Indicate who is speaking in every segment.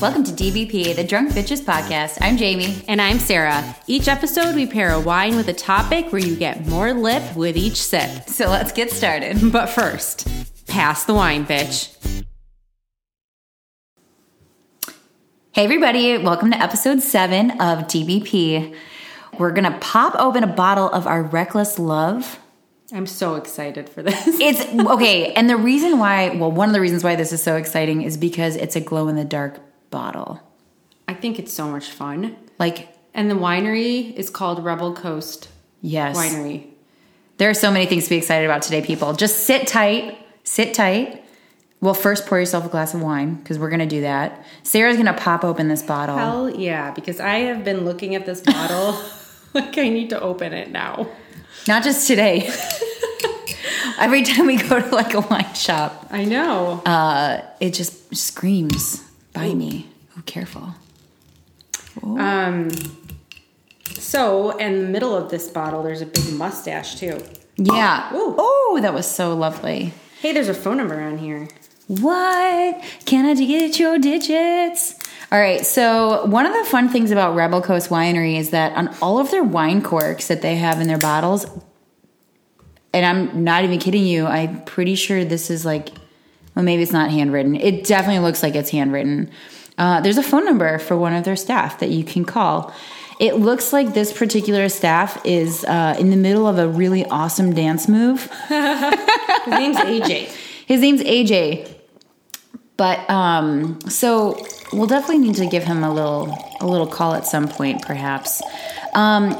Speaker 1: Welcome to DBP, the Drunk Bitches Podcast. I'm Jamie.
Speaker 2: And I'm Sarah. Each episode, we pair a wine with a topic where you get more lip with each sip.
Speaker 1: So let's get started.
Speaker 2: But first, pass the wine, bitch.
Speaker 1: Hey, everybody. Welcome to episode seven of DBP. We're going to pop open a bottle of our Reckless Love.
Speaker 2: I'm so excited for this.
Speaker 1: It's okay. And the reason why, well, one of the reasons why this is so exciting is because it's a glow in the dark bottle.
Speaker 2: I think it's so much fun.
Speaker 1: Like,
Speaker 2: And the winery is called Rebel Coast
Speaker 1: yes.
Speaker 2: Winery.
Speaker 1: There are so many things to be excited about today, people. Just sit tight. Sit tight. Well, first pour yourself a glass of wine because we're going to do that. Sarah's going to pop open this bottle.
Speaker 2: Hell yeah, because I have been looking at this bottle like I need to open it now.
Speaker 1: Not just today. Every time we go to like a wine shop,
Speaker 2: I know.
Speaker 1: uh, it just screams by me. Oh, careful.
Speaker 2: Um, so, in the middle of this bottle, there's a big mustache too.
Speaker 1: Yeah.
Speaker 2: Ooh.
Speaker 1: Oh, that was so lovely.
Speaker 2: Hey, there's a phone number on here.
Speaker 1: What? Can I get your digits? All right, so one of the fun things about Rebel Coast Winery is that on all of their wine corks that they have in their bottles, and I'm not even kidding you, I'm pretty sure this is like, well, maybe it's not handwritten. It definitely looks like it's handwritten. Uh, there's a phone number for one of their staff that you can call. It looks like this particular staff is uh, in the middle of a really awesome dance move.
Speaker 2: His name's AJ.
Speaker 1: His name's AJ. But um so we'll definitely need to give him a little a little call at some point perhaps. Um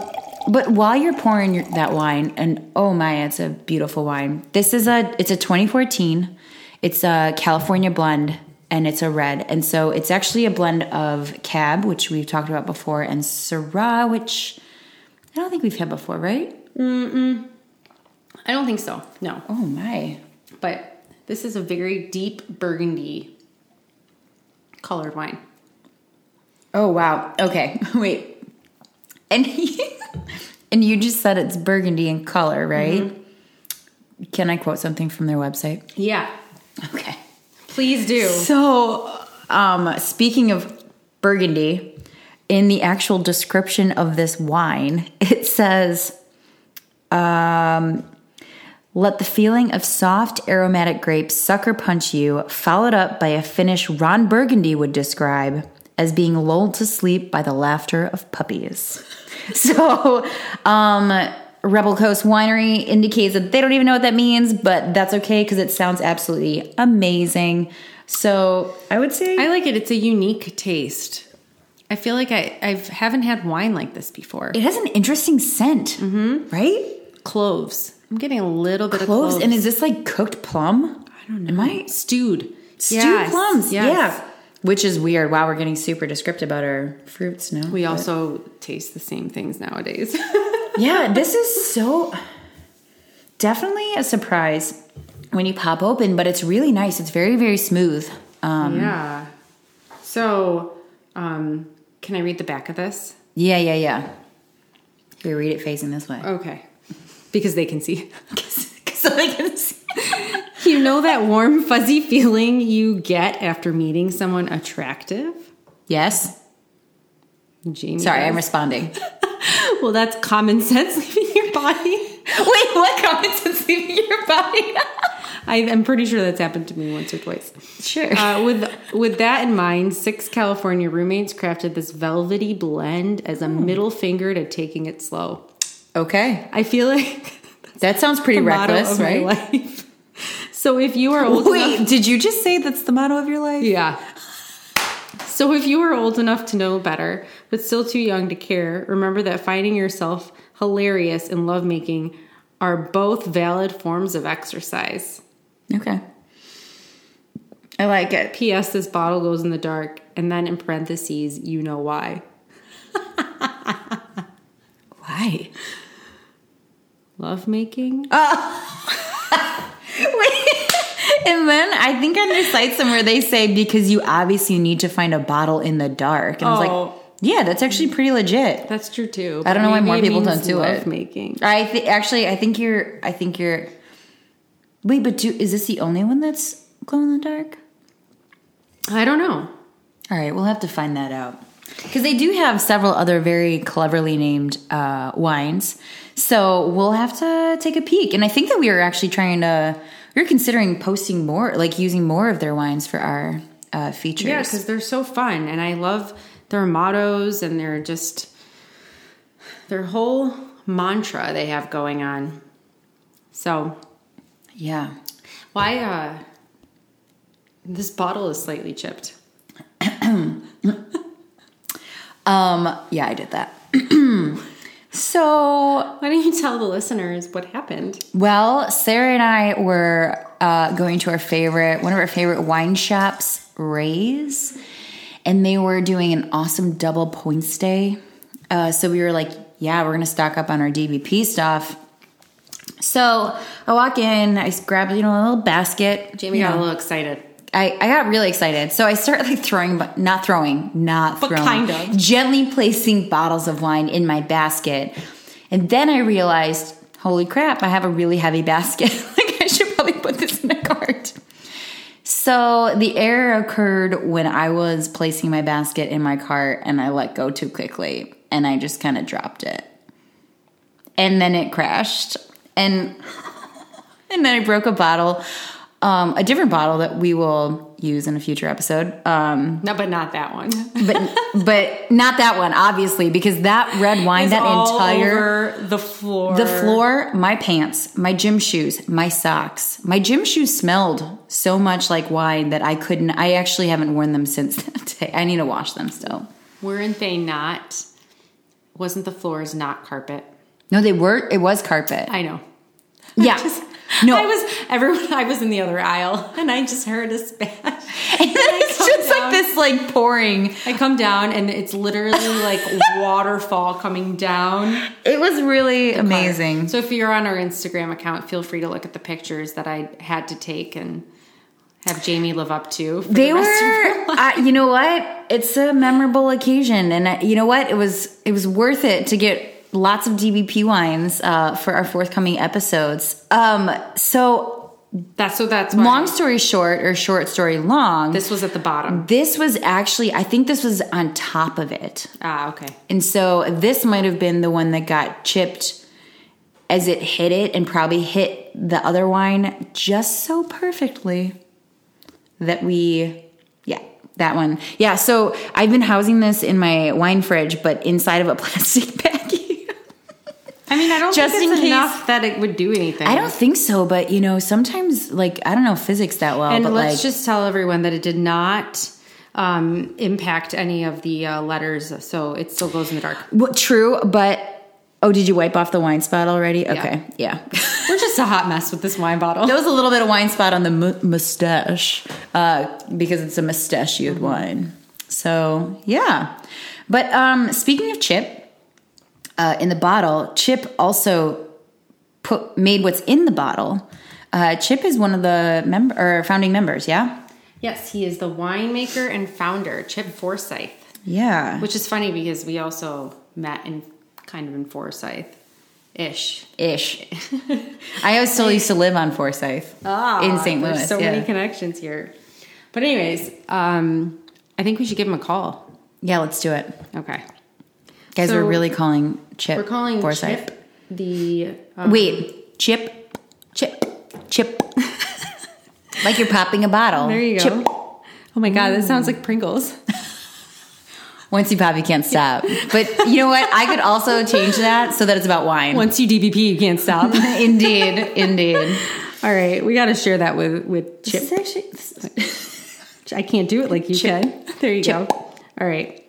Speaker 1: but while you're pouring your, that wine and oh my it's a beautiful wine. This is a it's a 2014. It's a California blend and it's a red. And so it's actually a blend of cab which we've talked about before and syrah which I don't think we've had before, right?
Speaker 2: I don't think so. No.
Speaker 1: Oh my.
Speaker 2: But this is a very deep burgundy colored wine.
Speaker 1: Oh wow. Okay. Wait. And and you just said it's burgundy in color, right? Can I quote something from their website?
Speaker 2: Yeah.
Speaker 1: Okay.
Speaker 2: Please do.
Speaker 1: So, um, speaking of burgundy, in the actual description of this wine, it says, um, let the feeling of soft aromatic grapes sucker punch you, followed up by a finish Ron Burgundy would describe as being lulled to sleep by the laughter of puppies. so, um, Rebel Coast Winery indicates that they don't even know what that means, but that's okay because it sounds absolutely amazing. So, I would say
Speaker 2: I like it. It's a unique taste. I feel like I I've, haven't had wine like this before.
Speaker 1: It has an interesting scent, right?
Speaker 2: cloves. I'm getting a little bit
Speaker 1: Cloves,
Speaker 2: of cloves.
Speaker 1: and is this like cooked plum? I
Speaker 2: don't
Speaker 1: know. Am I
Speaker 2: stewed.
Speaker 1: stewed plums? Yeah, which is weird. Wow, we're getting super descriptive about our fruits now.
Speaker 2: We also taste the same things nowadays.
Speaker 1: Mm. yeah, this is so definitely a surprise when you pop open, but it's really nice. It's very very smooth. Um,
Speaker 2: yeah. So, um, can I read the back of this?
Speaker 1: yeah, yeah, yeah. Here, read it facing this way,
Speaker 2: Okay. Because they can see.
Speaker 1: so they can see.
Speaker 2: You know that warm, fuzzy feeling you get after meeting someone attractive?
Speaker 1: Yes.
Speaker 2: Jamie.
Speaker 1: Sorry, I'm
Speaker 2: does.
Speaker 1: responding.
Speaker 2: well, that's common sense leaving your body.
Speaker 1: Wait, what comments is leaving your body?
Speaker 2: I, I'm pretty sure that's happened to me once or twice.
Speaker 1: sure.
Speaker 2: Uh, with with that in mind, six California roommates crafted this velvety blend as
Speaker 1: Hmm.
Speaker 2: a middle finger to taking it slow.
Speaker 1: okay.
Speaker 2: I feel like
Speaker 1: That sounds pretty
Speaker 2: the motto
Speaker 1: reckless,
Speaker 2: of
Speaker 1: right?
Speaker 2: my life. So if you are old enough,
Speaker 1: Wait, did you just say that's the motto of your life?
Speaker 2: Yeah. So if you were old enough to know better, but still too young to care, remember that finding yourself hilarious and lovemaking are both valid forms of exercise.
Speaker 1: Okay. I like it.
Speaker 2: P.S. This bottle goes in the dark, and then in parentheses, you know why.
Speaker 1: Why?
Speaker 2: Lovemaking?
Speaker 1: Wait. And then I think on their site somewhere they say because you obviously need to find a bottle in the dark. And I was like,
Speaker 2: Oh.
Speaker 1: yeah, that's actually pretty legit.
Speaker 2: That's true too.
Speaker 1: I don't know why more people don't do it.
Speaker 2: Lovemaking.
Speaker 1: I th- actually I think you're I think you're Wait, but do is this the only one that's glow in the dark?
Speaker 2: I don't know.
Speaker 1: All right, we'll have to find that out. Because they do have several other very cleverly named uh, wines. So we'll have to take a peek. And I think that we are actually trying to, we are considering posting more, like using more of their wines for our uh, features.
Speaker 2: Yeah, because they're so fun, and I love their mottos and their just their whole mantra they have going on. So,
Speaker 1: Yeah.
Speaker 2: why uh this bottle is slightly chipped.
Speaker 1: Um, yeah, I did that. so,
Speaker 2: Why don't you tell the listeners what happened?
Speaker 1: well, Sarah and I were uh, going to our favorite, one of our favorite wine shops, Ray's, and they were doing an awesome double points day. Uh, so we were like, yeah, we're going to stock up on our DVP stuff. So I walk in, I grabbed, you know, a little basket.
Speaker 2: Jamie
Speaker 1: you
Speaker 2: got a
Speaker 1: know,
Speaker 2: little excited.
Speaker 1: I, I got really excited. So I started like throwing, but not throwing, not
Speaker 2: But
Speaker 1: throwing.
Speaker 2: kind of.
Speaker 1: Gently placing bottles of wine in my basket. And then I realized, holy crap, I have a really heavy basket. like I should probably put this in a cart. So the error occurred when I was placing my basket in my cart and I let go too quickly and I just kind of dropped it. And then it crashed. And and then I broke a bottle, um, a different bottle that we will use in a future episode. Um,
Speaker 2: No, but not that one.
Speaker 1: but but not that one, obviously, because that red wine,
Speaker 2: It's
Speaker 1: that
Speaker 2: all
Speaker 1: entire
Speaker 2: over the floor.
Speaker 1: the floor, my pants, my gym shoes, my socks. My gym shoes smelled so much like wine that I couldn't. I actually haven't worn them since that day. I need to wash them still.
Speaker 2: Weren't they not? Wasn't the floors not carpet?
Speaker 1: No, they were. It was carpet.
Speaker 2: I know.
Speaker 1: yeah. no,
Speaker 2: I was everyone. I was in the other aisle, and I just heard a splash.
Speaker 1: and then it's
Speaker 2: come
Speaker 1: just
Speaker 2: down.
Speaker 1: like this, like pouring.
Speaker 2: I come down, and it's literally like waterfall coming down.
Speaker 1: It was really amazing.
Speaker 2: So if you're on our Instagram account, feel free to look at the pictures that I had to take and have Jamie live up to. for the
Speaker 1: they were
Speaker 2: rest of her life.
Speaker 1: I, you know what it's a memorable occasion and I, you know what it was it was worth it to get lots of dbp wines uh, for our forthcoming episodes um, so
Speaker 2: That's so. That's why
Speaker 1: long story short or short story long this,
Speaker 2: This was at the bottom.
Speaker 1: this was actually i think this was on top of it
Speaker 2: Ah, okay.
Speaker 1: and so this might have been the one that got chipped as it hit it and probably hit the other wine just so perfectly that we, yeah, that one. Yeah, so I've been housing this in my wine fridge, but inside of a plastic baggie.
Speaker 2: I mean, I don't
Speaker 1: Just
Speaker 2: think it's
Speaker 1: in case-
Speaker 2: enough that it would do anything.
Speaker 1: I don't think so, but you know, sometimes like I don't know physics that well,
Speaker 2: And
Speaker 1: but
Speaker 2: let's
Speaker 1: like
Speaker 2: just tell everyone that it did not um, impact any of the uh, letters, so it still goes in the dark.
Speaker 1: Well, true, but oh, did you wipe off the wine spot already? Okay, yeah.
Speaker 2: We're just a hot mess with this wine bottle.
Speaker 1: There was a little bit of wine spot on the mu- mustache uh, because it's a
Speaker 2: Mm-hmm.
Speaker 1: mustachioed wine. So yeah, but um, speaking of chip uh, in the bottle, Chip also put made what's in the bottle. Uh, chip is one of the member or founding members. Yeah,
Speaker 2: Yes, he is the winemaker and founder, Chip Forsyth,
Speaker 1: yeah,
Speaker 2: which is funny because we also met in kind of in Forsyth ish.
Speaker 1: ish. I always still used to live on Forsyth in St.
Speaker 2: Ah, there's
Speaker 1: Louis.
Speaker 2: so
Speaker 1: yeah.
Speaker 2: many connections here. But, anyways, um, I think we should give him a call.
Speaker 1: yeah, let's do it,
Speaker 2: Okay.
Speaker 1: guys.
Speaker 2: So-
Speaker 1: we're really calling Chip.
Speaker 2: We're calling
Speaker 1: Forsyth.
Speaker 2: Chip the. Um,
Speaker 1: Wait, chip, chip, chip. like you're popping a bottle.
Speaker 2: there you go.
Speaker 1: Chip.
Speaker 2: Oh my God, this sounds like Pringles.
Speaker 1: Once you pop, you can't stop. But you know what? I could also change that so that it's about wine.
Speaker 2: Once you DBP, you can't stop.
Speaker 1: indeed, indeed.
Speaker 2: All right, we got to share that with with Chip.
Speaker 1: This is actually- this-
Speaker 2: I can't do it like you can. There you
Speaker 1: Chip.
Speaker 2: go. All right,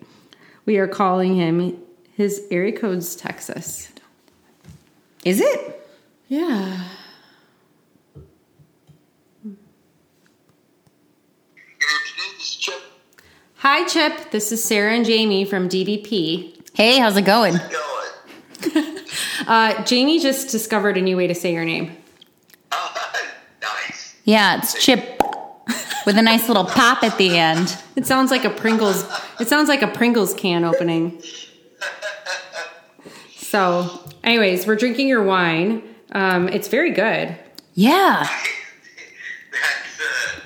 Speaker 2: we are calling him. His area code's Texas.
Speaker 1: Is it?
Speaker 2: Yeah.
Speaker 3: Good afternoon, this is Chip.
Speaker 2: Hi, Chip. This is Sarah and Jamie from DDP.
Speaker 1: Hey, how's it going?
Speaker 3: Going.
Speaker 2: Uh, Jamie just discovered a new way to say your name.
Speaker 3: nice.
Speaker 1: Yeah, it's chip with a nice little pop at the end.
Speaker 2: It sounds like a Pringles. It sounds like a Pringles can opening. So, anyways, we're drinking your wine. Um, it's very good.
Speaker 1: Yeah.
Speaker 3: That's uh,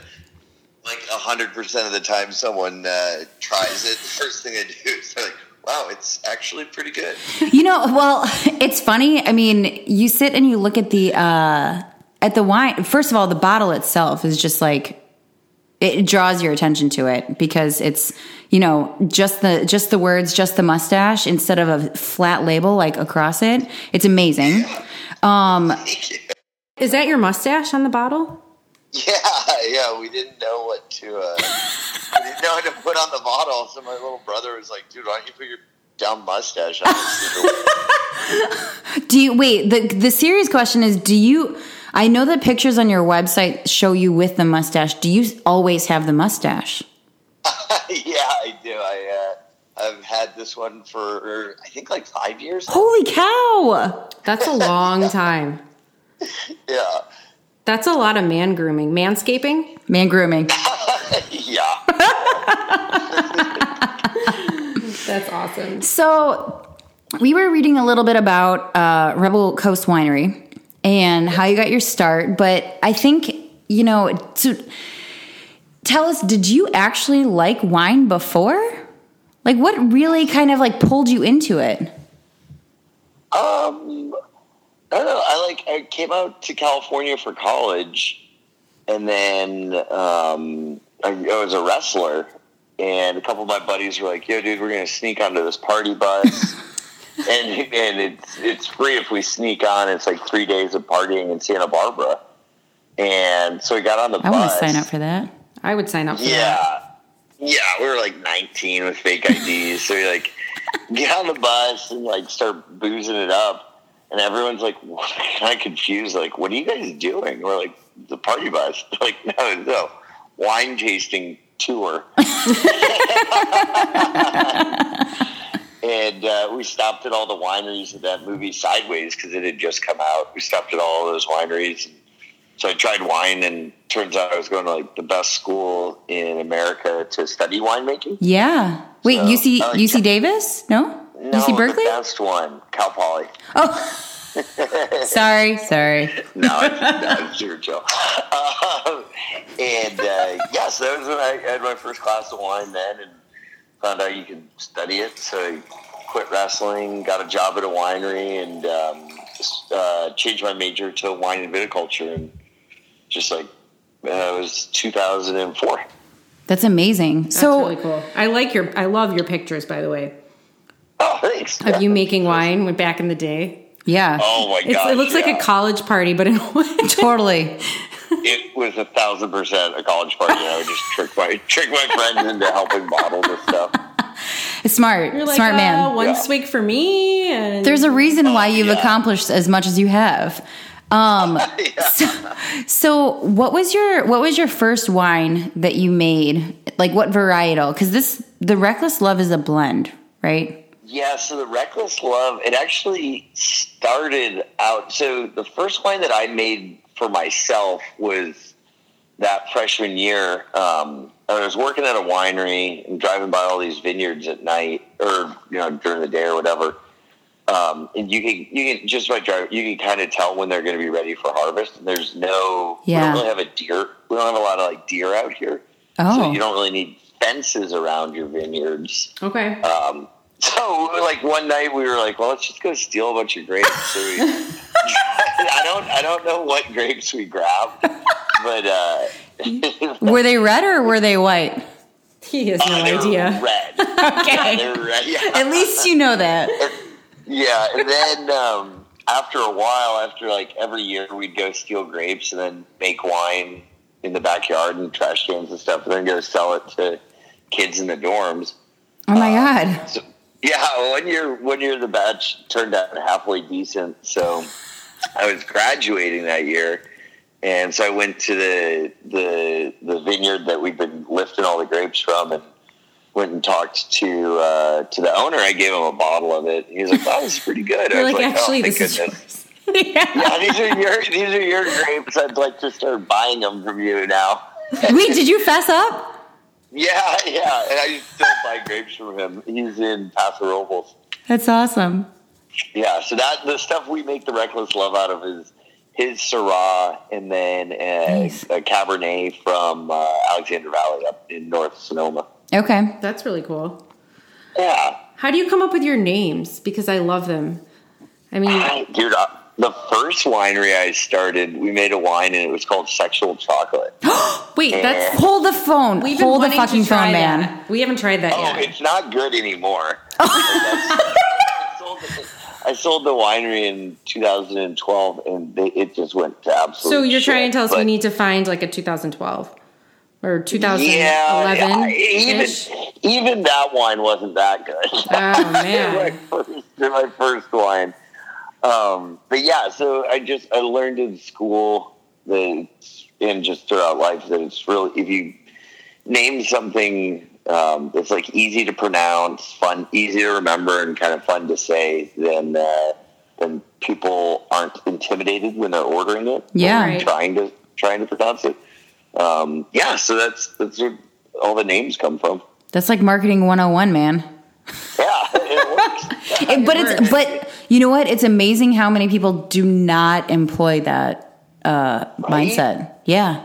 Speaker 3: like a hundred percent of the time someone uh, tries it, the first thing they do is they're like, "Wow, it's actually pretty good."
Speaker 1: You know, well, it's funny. I mean, you sit and you look at the uh at the wine. First of all, the bottle itself is just like it draws your attention to it because it's you know just the just the words just the mustache instead of a flat label like across it it's amazing um
Speaker 2: Is that your mustache on the bottle?
Speaker 3: Yeah, yeah, we didn't know what to. Uh, we didn't know what to put on the bottle, so my little brother was like, "Dude, why don't you put your dumb mustache on?" It's super weird."
Speaker 1: do you wait the the serious question is do you i know that pictures on your website show you with the mustache do you always have the mustache
Speaker 3: yeah, I do. I uh, I've had this one for I think like five years.
Speaker 1: holy cow
Speaker 2: That's a long time.
Speaker 3: Yeah,
Speaker 2: That's a lot of man grooming. Manscaping?
Speaker 1: man grooming
Speaker 3: yeah.
Speaker 2: That's awesome.
Speaker 1: So we were reading a little bit about uh, Rebel Coast Winery and how you got your start, but I think you know to tell us, did you actually like wine before? Like, what really kind of like pulled you into it?
Speaker 3: Um, I don't know. I like I came out to California for college, and then um, I, I was a wrestler, and a couple of my buddies were like, "Yo, dude, we're gonna sneak onto this party bus." And, and it's it's free if we sneak on. It's like three days of partying in Santa Barbara, and so we got on the
Speaker 1: I
Speaker 3: bus.
Speaker 1: want to sign up for that.
Speaker 2: I would sign up for that.
Speaker 3: Yeah. Yeah, we were like 19 with fake IDs. so we like get on the bus and like start boozing it up. And everyone's like kind of confused, like, what are you guys doing? We're like, the party bus. They're like, no, no, wine tasting tour. and uh, we stopped at all the wineries of that movie Sideways because it had just come out. We stopped at all those wineries and so I tried wine, and turns out I was going to like the best school in America to study winemaking.
Speaker 1: Yeah. Wait,
Speaker 3: So,
Speaker 1: UC
Speaker 3: I like
Speaker 1: UC Davis? No,
Speaker 3: the
Speaker 1: UC Berkeley.
Speaker 3: best one, Cal Poly.
Speaker 1: Oh, sorry, sorry.
Speaker 3: No, I'm super chill. Um, and uh, yes, that was when I had my first class of wine then, and found out you could study it. So I quit wrestling, got a job at a winery, and um, just, uh, changed my major to wine and viticulture. And just like uh, it was 2004.
Speaker 1: That's amazing.
Speaker 2: That's
Speaker 1: so
Speaker 2: really cool. I like your I love your pictures by the way.
Speaker 3: Oh, thanks.
Speaker 2: Of you making wine when back in the day.
Speaker 1: yeah,
Speaker 3: Oh my
Speaker 2: It's,
Speaker 3: god!
Speaker 2: it looks like a college party, but in
Speaker 1: totally.
Speaker 3: It was a thousand percent a college party. and I would just trick my trick my friends into helping bottle this stuff.
Speaker 1: Smart,
Speaker 2: You're like,
Speaker 1: smart
Speaker 2: uh,
Speaker 1: man.
Speaker 2: One
Speaker 3: Yeah.
Speaker 2: swig for me, and
Speaker 1: There's a reason why you've
Speaker 3: yeah.
Speaker 1: accomplished as much as you have. Um, so, so what was your what was your first wine that you made? Like what varietal? Because this the Reckless Love is a blend, right?
Speaker 3: Yeah. So the reckless love. It actually started out. So the first wine that I made for myself was that freshman year. Um, I was working at a winery and driving by all these vineyards at night, or you know during the day or whatever. um, and you can you can just by driving you can kind of tell when they're going to be ready for harvest. And there's no we
Speaker 1: Yeah.
Speaker 3: don't really have a deer. We don't have a lot of like deer out here,
Speaker 1: Oh.
Speaker 3: so you don't really need fences around your vineyards.
Speaker 2: okay.
Speaker 3: Um, so like one night we were like, well, let's just go steal a bunch of grapes. So we, I don't I don't know what grapes we grabbed, but uh,
Speaker 1: Were they red or were they white?
Speaker 2: he has no
Speaker 3: they're
Speaker 2: idea.
Speaker 3: red.
Speaker 1: Okay.
Speaker 3: They're red. Yeah.
Speaker 1: At least you know that.
Speaker 3: Yeah, and then um, after a while, after like every year, we'd go steal grapes and then make wine in the backyard and trash cans and stuff, and then go sell it to kids in the dorms.
Speaker 1: Oh my god.
Speaker 3: So, yeah, one year, one year the batch turned out halfway decent. So I was graduating that year, and so I went to the the the vineyard that we'd been lifting all the grapes from, and went and talked to uh, to the owner. I gave him a bottle of it. He was like, "Wow, this is pretty good." I
Speaker 2: You're
Speaker 3: was
Speaker 2: like, actually,
Speaker 3: oh, thank
Speaker 2: this is
Speaker 3: goodness."
Speaker 2: yours.
Speaker 3: yeah, these are your these are your grapes. I'd like to start buying them from you now.
Speaker 1: Wait, did you fess up?
Speaker 3: Yeah, yeah, and I still buy grapes from him. He's in Paso Robles.
Speaker 1: That's awesome.
Speaker 3: Yeah, so that the stuff we make the reckless love out of is his Syrah, and then a,
Speaker 1: Nice.
Speaker 3: a Cabernet from uh, Alexander Valley up in North Sonoma.
Speaker 1: Okay.
Speaker 2: That's really cool.
Speaker 3: Yeah,
Speaker 2: How do you come up with your names? Because I love them. I mean,
Speaker 3: dude. Uh, the first winery I started, we made a wine, and it was called Sexual Chocolate.
Speaker 2: wait, that's
Speaker 1: Hold the phone.
Speaker 2: we've been
Speaker 1: Hold the
Speaker 2: wanting to
Speaker 1: fucking
Speaker 2: try
Speaker 1: phone,
Speaker 2: that.
Speaker 1: man.
Speaker 2: We haven't tried that
Speaker 3: Oh,
Speaker 2: yet.
Speaker 3: it's not good anymore. I, sold the, I sold the winery in 2012, and they, it just went to absolute.
Speaker 2: So you're
Speaker 3: shit,
Speaker 2: trying to tell us we
Speaker 3: but-
Speaker 2: need to find like a 2012 or
Speaker 3: Yeah,
Speaker 2: 2011?
Speaker 3: I- even even that wine wasn't that good.
Speaker 2: Oh
Speaker 3: my
Speaker 2: man.
Speaker 3: first, my first wine. Um, but yeah, so I just I learned in school that it's- and just throughout life that it's really if you name something um, that's like easy to pronounce, fun, easy to remember, and kind of fun to say, then uh, then people aren't intimidated when they're ordering it.
Speaker 1: Yeah.
Speaker 2: Right.
Speaker 3: trying to trying to pronounce it. Um, yeah, so that's that's where all the names come from.
Speaker 1: That's like marketing 101, man.
Speaker 3: Yeah, it works.
Speaker 1: It- but it's
Speaker 2: works.
Speaker 1: but you know what? It's amazing how many people do not employ that uh, mindset. Yeah. Yeah.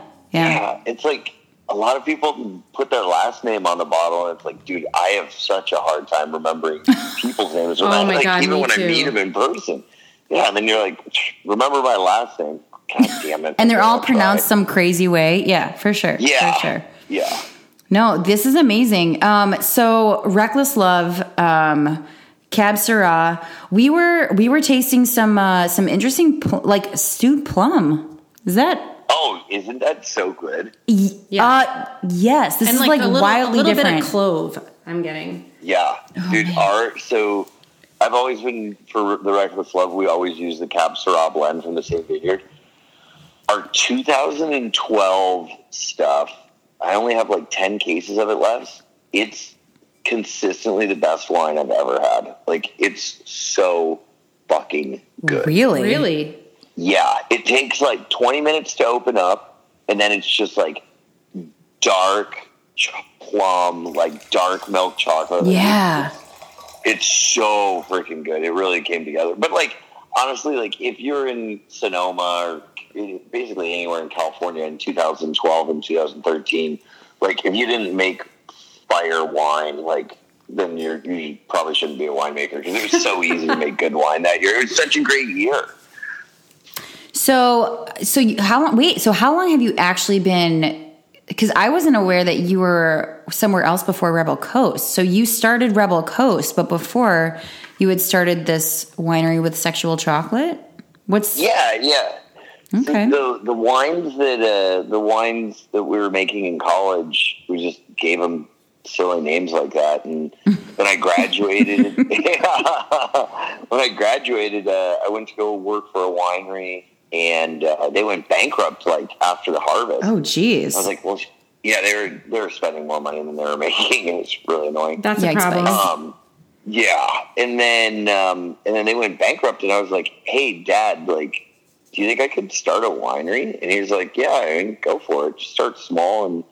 Speaker 3: Yeah, it's like a lot of people put their last name on the bottle, and it's like, dude, I have such a hard time remembering people's names. When
Speaker 2: Oh
Speaker 3: I,
Speaker 2: my
Speaker 3: like,
Speaker 2: God,
Speaker 3: even
Speaker 2: me
Speaker 3: when
Speaker 2: too.
Speaker 3: I meet them in person. Yeah, and then you're like, remember my last name? God damn it!
Speaker 1: And they're all
Speaker 3: I'll try.
Speaker 1: pronounced some crazy way. Yeah, for sure.
Speaker 3: Yeah,
Speaker 1: For sure.
Speaker 3: Yeah,
Speaker 1: No, this is amazing. Um, so reckless love, um, cab Syrah. We were we were tasting some uh, some interesting pl- like stewed plum. Is that?
Speaker 3: Oh, isn't that so good?
Speaker 1: Yeah. Uh, yes, this
Speaker 2: And
Speaker 1: is
Speaker 2: like,
Speaker 1: like,
Speaker 2: a little,
Speaker 1: wildly
Speaker 2: a little
Speaker 1: different.
Speaker 2: bit of clove. I'm getting.
Speaker 3: Yeah,
Speaker 1: Oh,
Speaker 3: dude.
Speaker 1: man.
Speaker 3: Our so. I've always been for the Reckless Love. We always use the Cab Syrah blend from the same vineyard. Our 2012 stuff. I only have like 10 cases of it left. It's consistently the best wine I've ever had. Like it's so fucking good.
Speaker 1: Really?
Speaker 2: Really?
Speaker 3: Yeah, it takes like 20 minutes to open up, and then it's just like dark ch- plum, like dark milk chocolate. Like,
Speaker 1: Yeah.
Speaker 3: it's so freaking good. It really came together. But like honestly, like if you're in Sonoma or in- basically anywhere in California in 2012 and 2013, like if you didn't make fire wine, like then you're, you probably shouldn't be a winemaker because it was so easy to make good wine that year. It was such a great year.
Speaker 1: So so you, how long? Wait. So how long have you actually been? Because I wasn't aware that you were somewhere else before Rebel Coast. So you started Rebel Coast, but before you had started this winery with sexual chocolate. What's
Speaker 3: Yeah, yeah. So
Speaker 1: Okay.
Speaker 3: The the wines that uh, the wines that we were making in college, we just gave them silly names like that, and when I graduated, when I graduated, uh, I went to go work for a winery, and uh, they went bankrupt like after the harvest.
Speaker 1: Oh, geez.
Speaker 3: I was like, well, sh- yeah, they were they were spending more money than they were making, and it's really annoying.
Speaker 2: That's
Speaker 1: Yikes,
Speaker 2: a problem.
Speaker 1: buddy.
Speaker 3: Um, yeah, and then um, and then they went bankrupt, and I was like, "Hey, Dad, like, do you think I could start a winery?" And he was like, "Yeah, I mean, go for it. Just start small and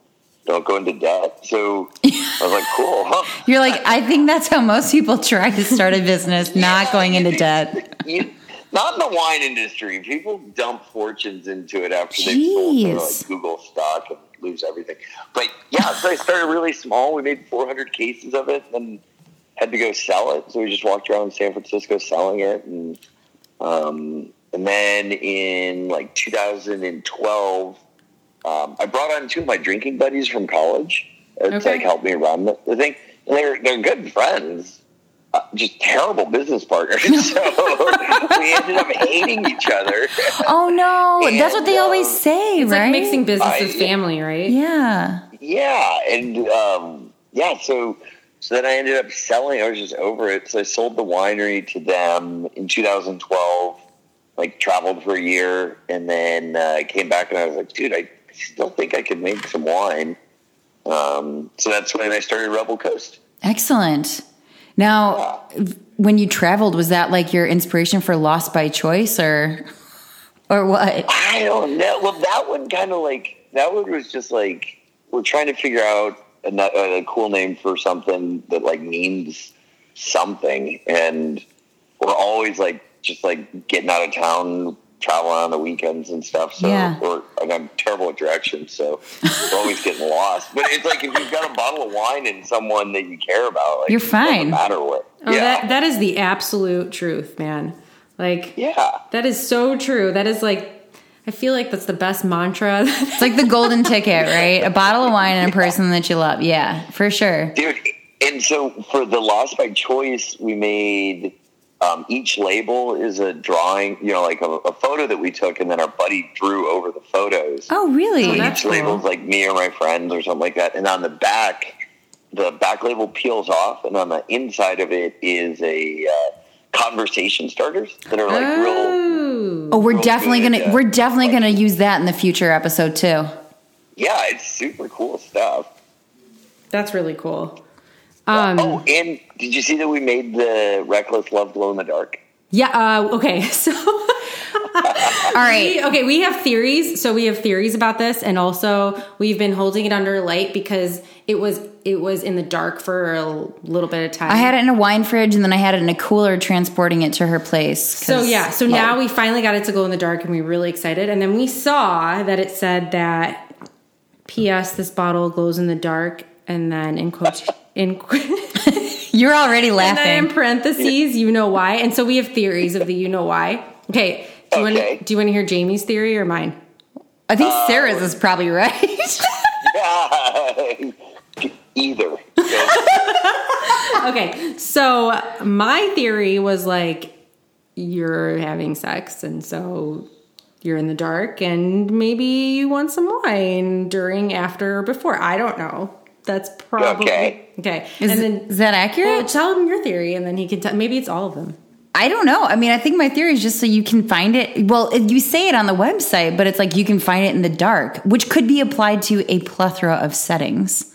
Speaker 3: don't go into debt." So I was like, "Cool." Huh?
Speaker 1: You're like, I think that's how most people try to start a business, not
Speaker 3: Yeah,
Speaker 1: going
Speaker 3: you
Speaker 1: into
Speaker 3: think-
Speaker 1: debt.
Speaker 3: you- not in the wine industry. People dump fortunes into it after they've sold their,
Speaker 1: Jeez.
Speaker 3: like Google stock and lose everything. But yeah, so I started really small. We made 400 cases of it and had to go sell it. So we just walked around San Francisco selling it. And, um, and then in like 2012, um, I brought on two of my drinking buddies from college uh, to
Speaker 2: Okay.
Speaker 3: like help me run the the thing. And they're they're good friends, uh, just terrible business partners. so we ended up hating each other.
Speaker 1: Oh no,
Speaker 3: And,
Speaker 1: that's what they
Speaker 3: um,
Speaker 1: always say,
Speaker 2: It's
Speaker 1: right?
Speaker 2: like mixing business
Speaker 3: I-
Speaker 2: with family, right?
Speaker 1: yeah.
Speaker 3: Yeah, and um, yeah, so so then I ended up selling. I was just over it, so I sold the winery to them in 2012. Like traveled for a year, and then uh, I came back, and I was like, dude, I still think I could make some wine. Um, so that's when I started Rebel Coast.
Speaker 1: Excellent. Now, when you traveled, was that like your inspiration for Lost by Choice, or or what?
Speaker 3: I don't know. Well, that one kind of like that one was just like we're trying to figure out a, no- a cool name for something that like means something, and we're always like just like getting out of town traveling on the weekends and stuff. So,
Speaker 1: Yeah.
Speaker 3: or, and I'm terrible at directions, so we're always getting lost. But it's like if you've got a bottle of wine and someone that you care about, like,
Speaker 1: You're
Speaker 3: It
Speaker 1: fine.
Speaker 3: doesn't matter what.
Speaker 2: Oh,
Speaker 3: yeah.
Speaker 2: that that is the absolute truth, man. Like
Speaker 3: yeah.
Speaker 2: that is so true. That is like I feel like that's the best mantra.
Speaker 1: It's like the golden ticket, right? A bottle of wine and a person that you love. Yeah, for sure.
Speaker 3: dude. And so for the lost by choice, we made um, each label is a drawing, you know, like a, a photo that we took, and then our buddy drew over the photos.
Speaker 1: Oh, really?
Speaker 2: Oh,
Speaker 3: each
Speaker 2: cool.
Speaker 3: label's like me or my friends or something like that. And on the back, the back label peels off, and on the inside of it is a uh, conversation starters that are like real.
Speaker 2: oh.
Speaker 1: oh, we're
Speaker 3: Real
Speaker 1: definitely
Speaker 3: good,
Speaker 1: gonna
Speaker 3: yeah.
Speaker 1: we're definitely gonna use that in the future episode too.
Speaker 3: Yeah, it's super cool stuff.
Speaker 2: That's really cool. Um,
Speaker 3: oh, and did you see that we made the Reckless Love Glow in the Dark?
Speaker 2: Yeah. Uh, okay. So
Speaker 1: All right.
Speaker 2: we- okay, we have theories. So we have theories about this, and also we've been holding it under light because it was it was in the dark for a little bit of time.
Speaker 1: I had it in a wine fridge and then I had it in a cooler transporting it to her place. 'cause-
Speaker 2: So yeah, so now we finally got it to glow in the dark, and we were really excited. And then we saw that it said that, "P.S. This bottle glows in the dark," and then in quote in. qu-
Speaker 1: You're already
Speaker 2: And then
Speaker 1: laughing.
Speaker 2: in parentheses, you know why. And so we have theories of the you know why. Okay. Do you
Speaker 3: Okay.
Speaker 2: want do you want to hear Jamie's theory or mine?
Speaker 1: I think
Speaker 2: Oh.
Speaker 1: Sarah's is probably right.
Speaker 3: Either.
Speaker 2: Okay. So my theory was like you're having sex and so you're in the dark and maybe you want some wine during, after, or before. I don't know. That's probably
Speaker 3: Okay.
Speaker 2: Okay.
Speaker 1: Is,
Speaker 2: and then
Speaker 1: is that accurate?
Speaker 2: well, tell him your theory and then he can tell maybe it's all of them.
Speaker 1: I don't know. I mean, I think my theory is just so you can find it. Well, it- you say it on the website, but it's like you can find it in the dark, which could be applied to a plethora of settings.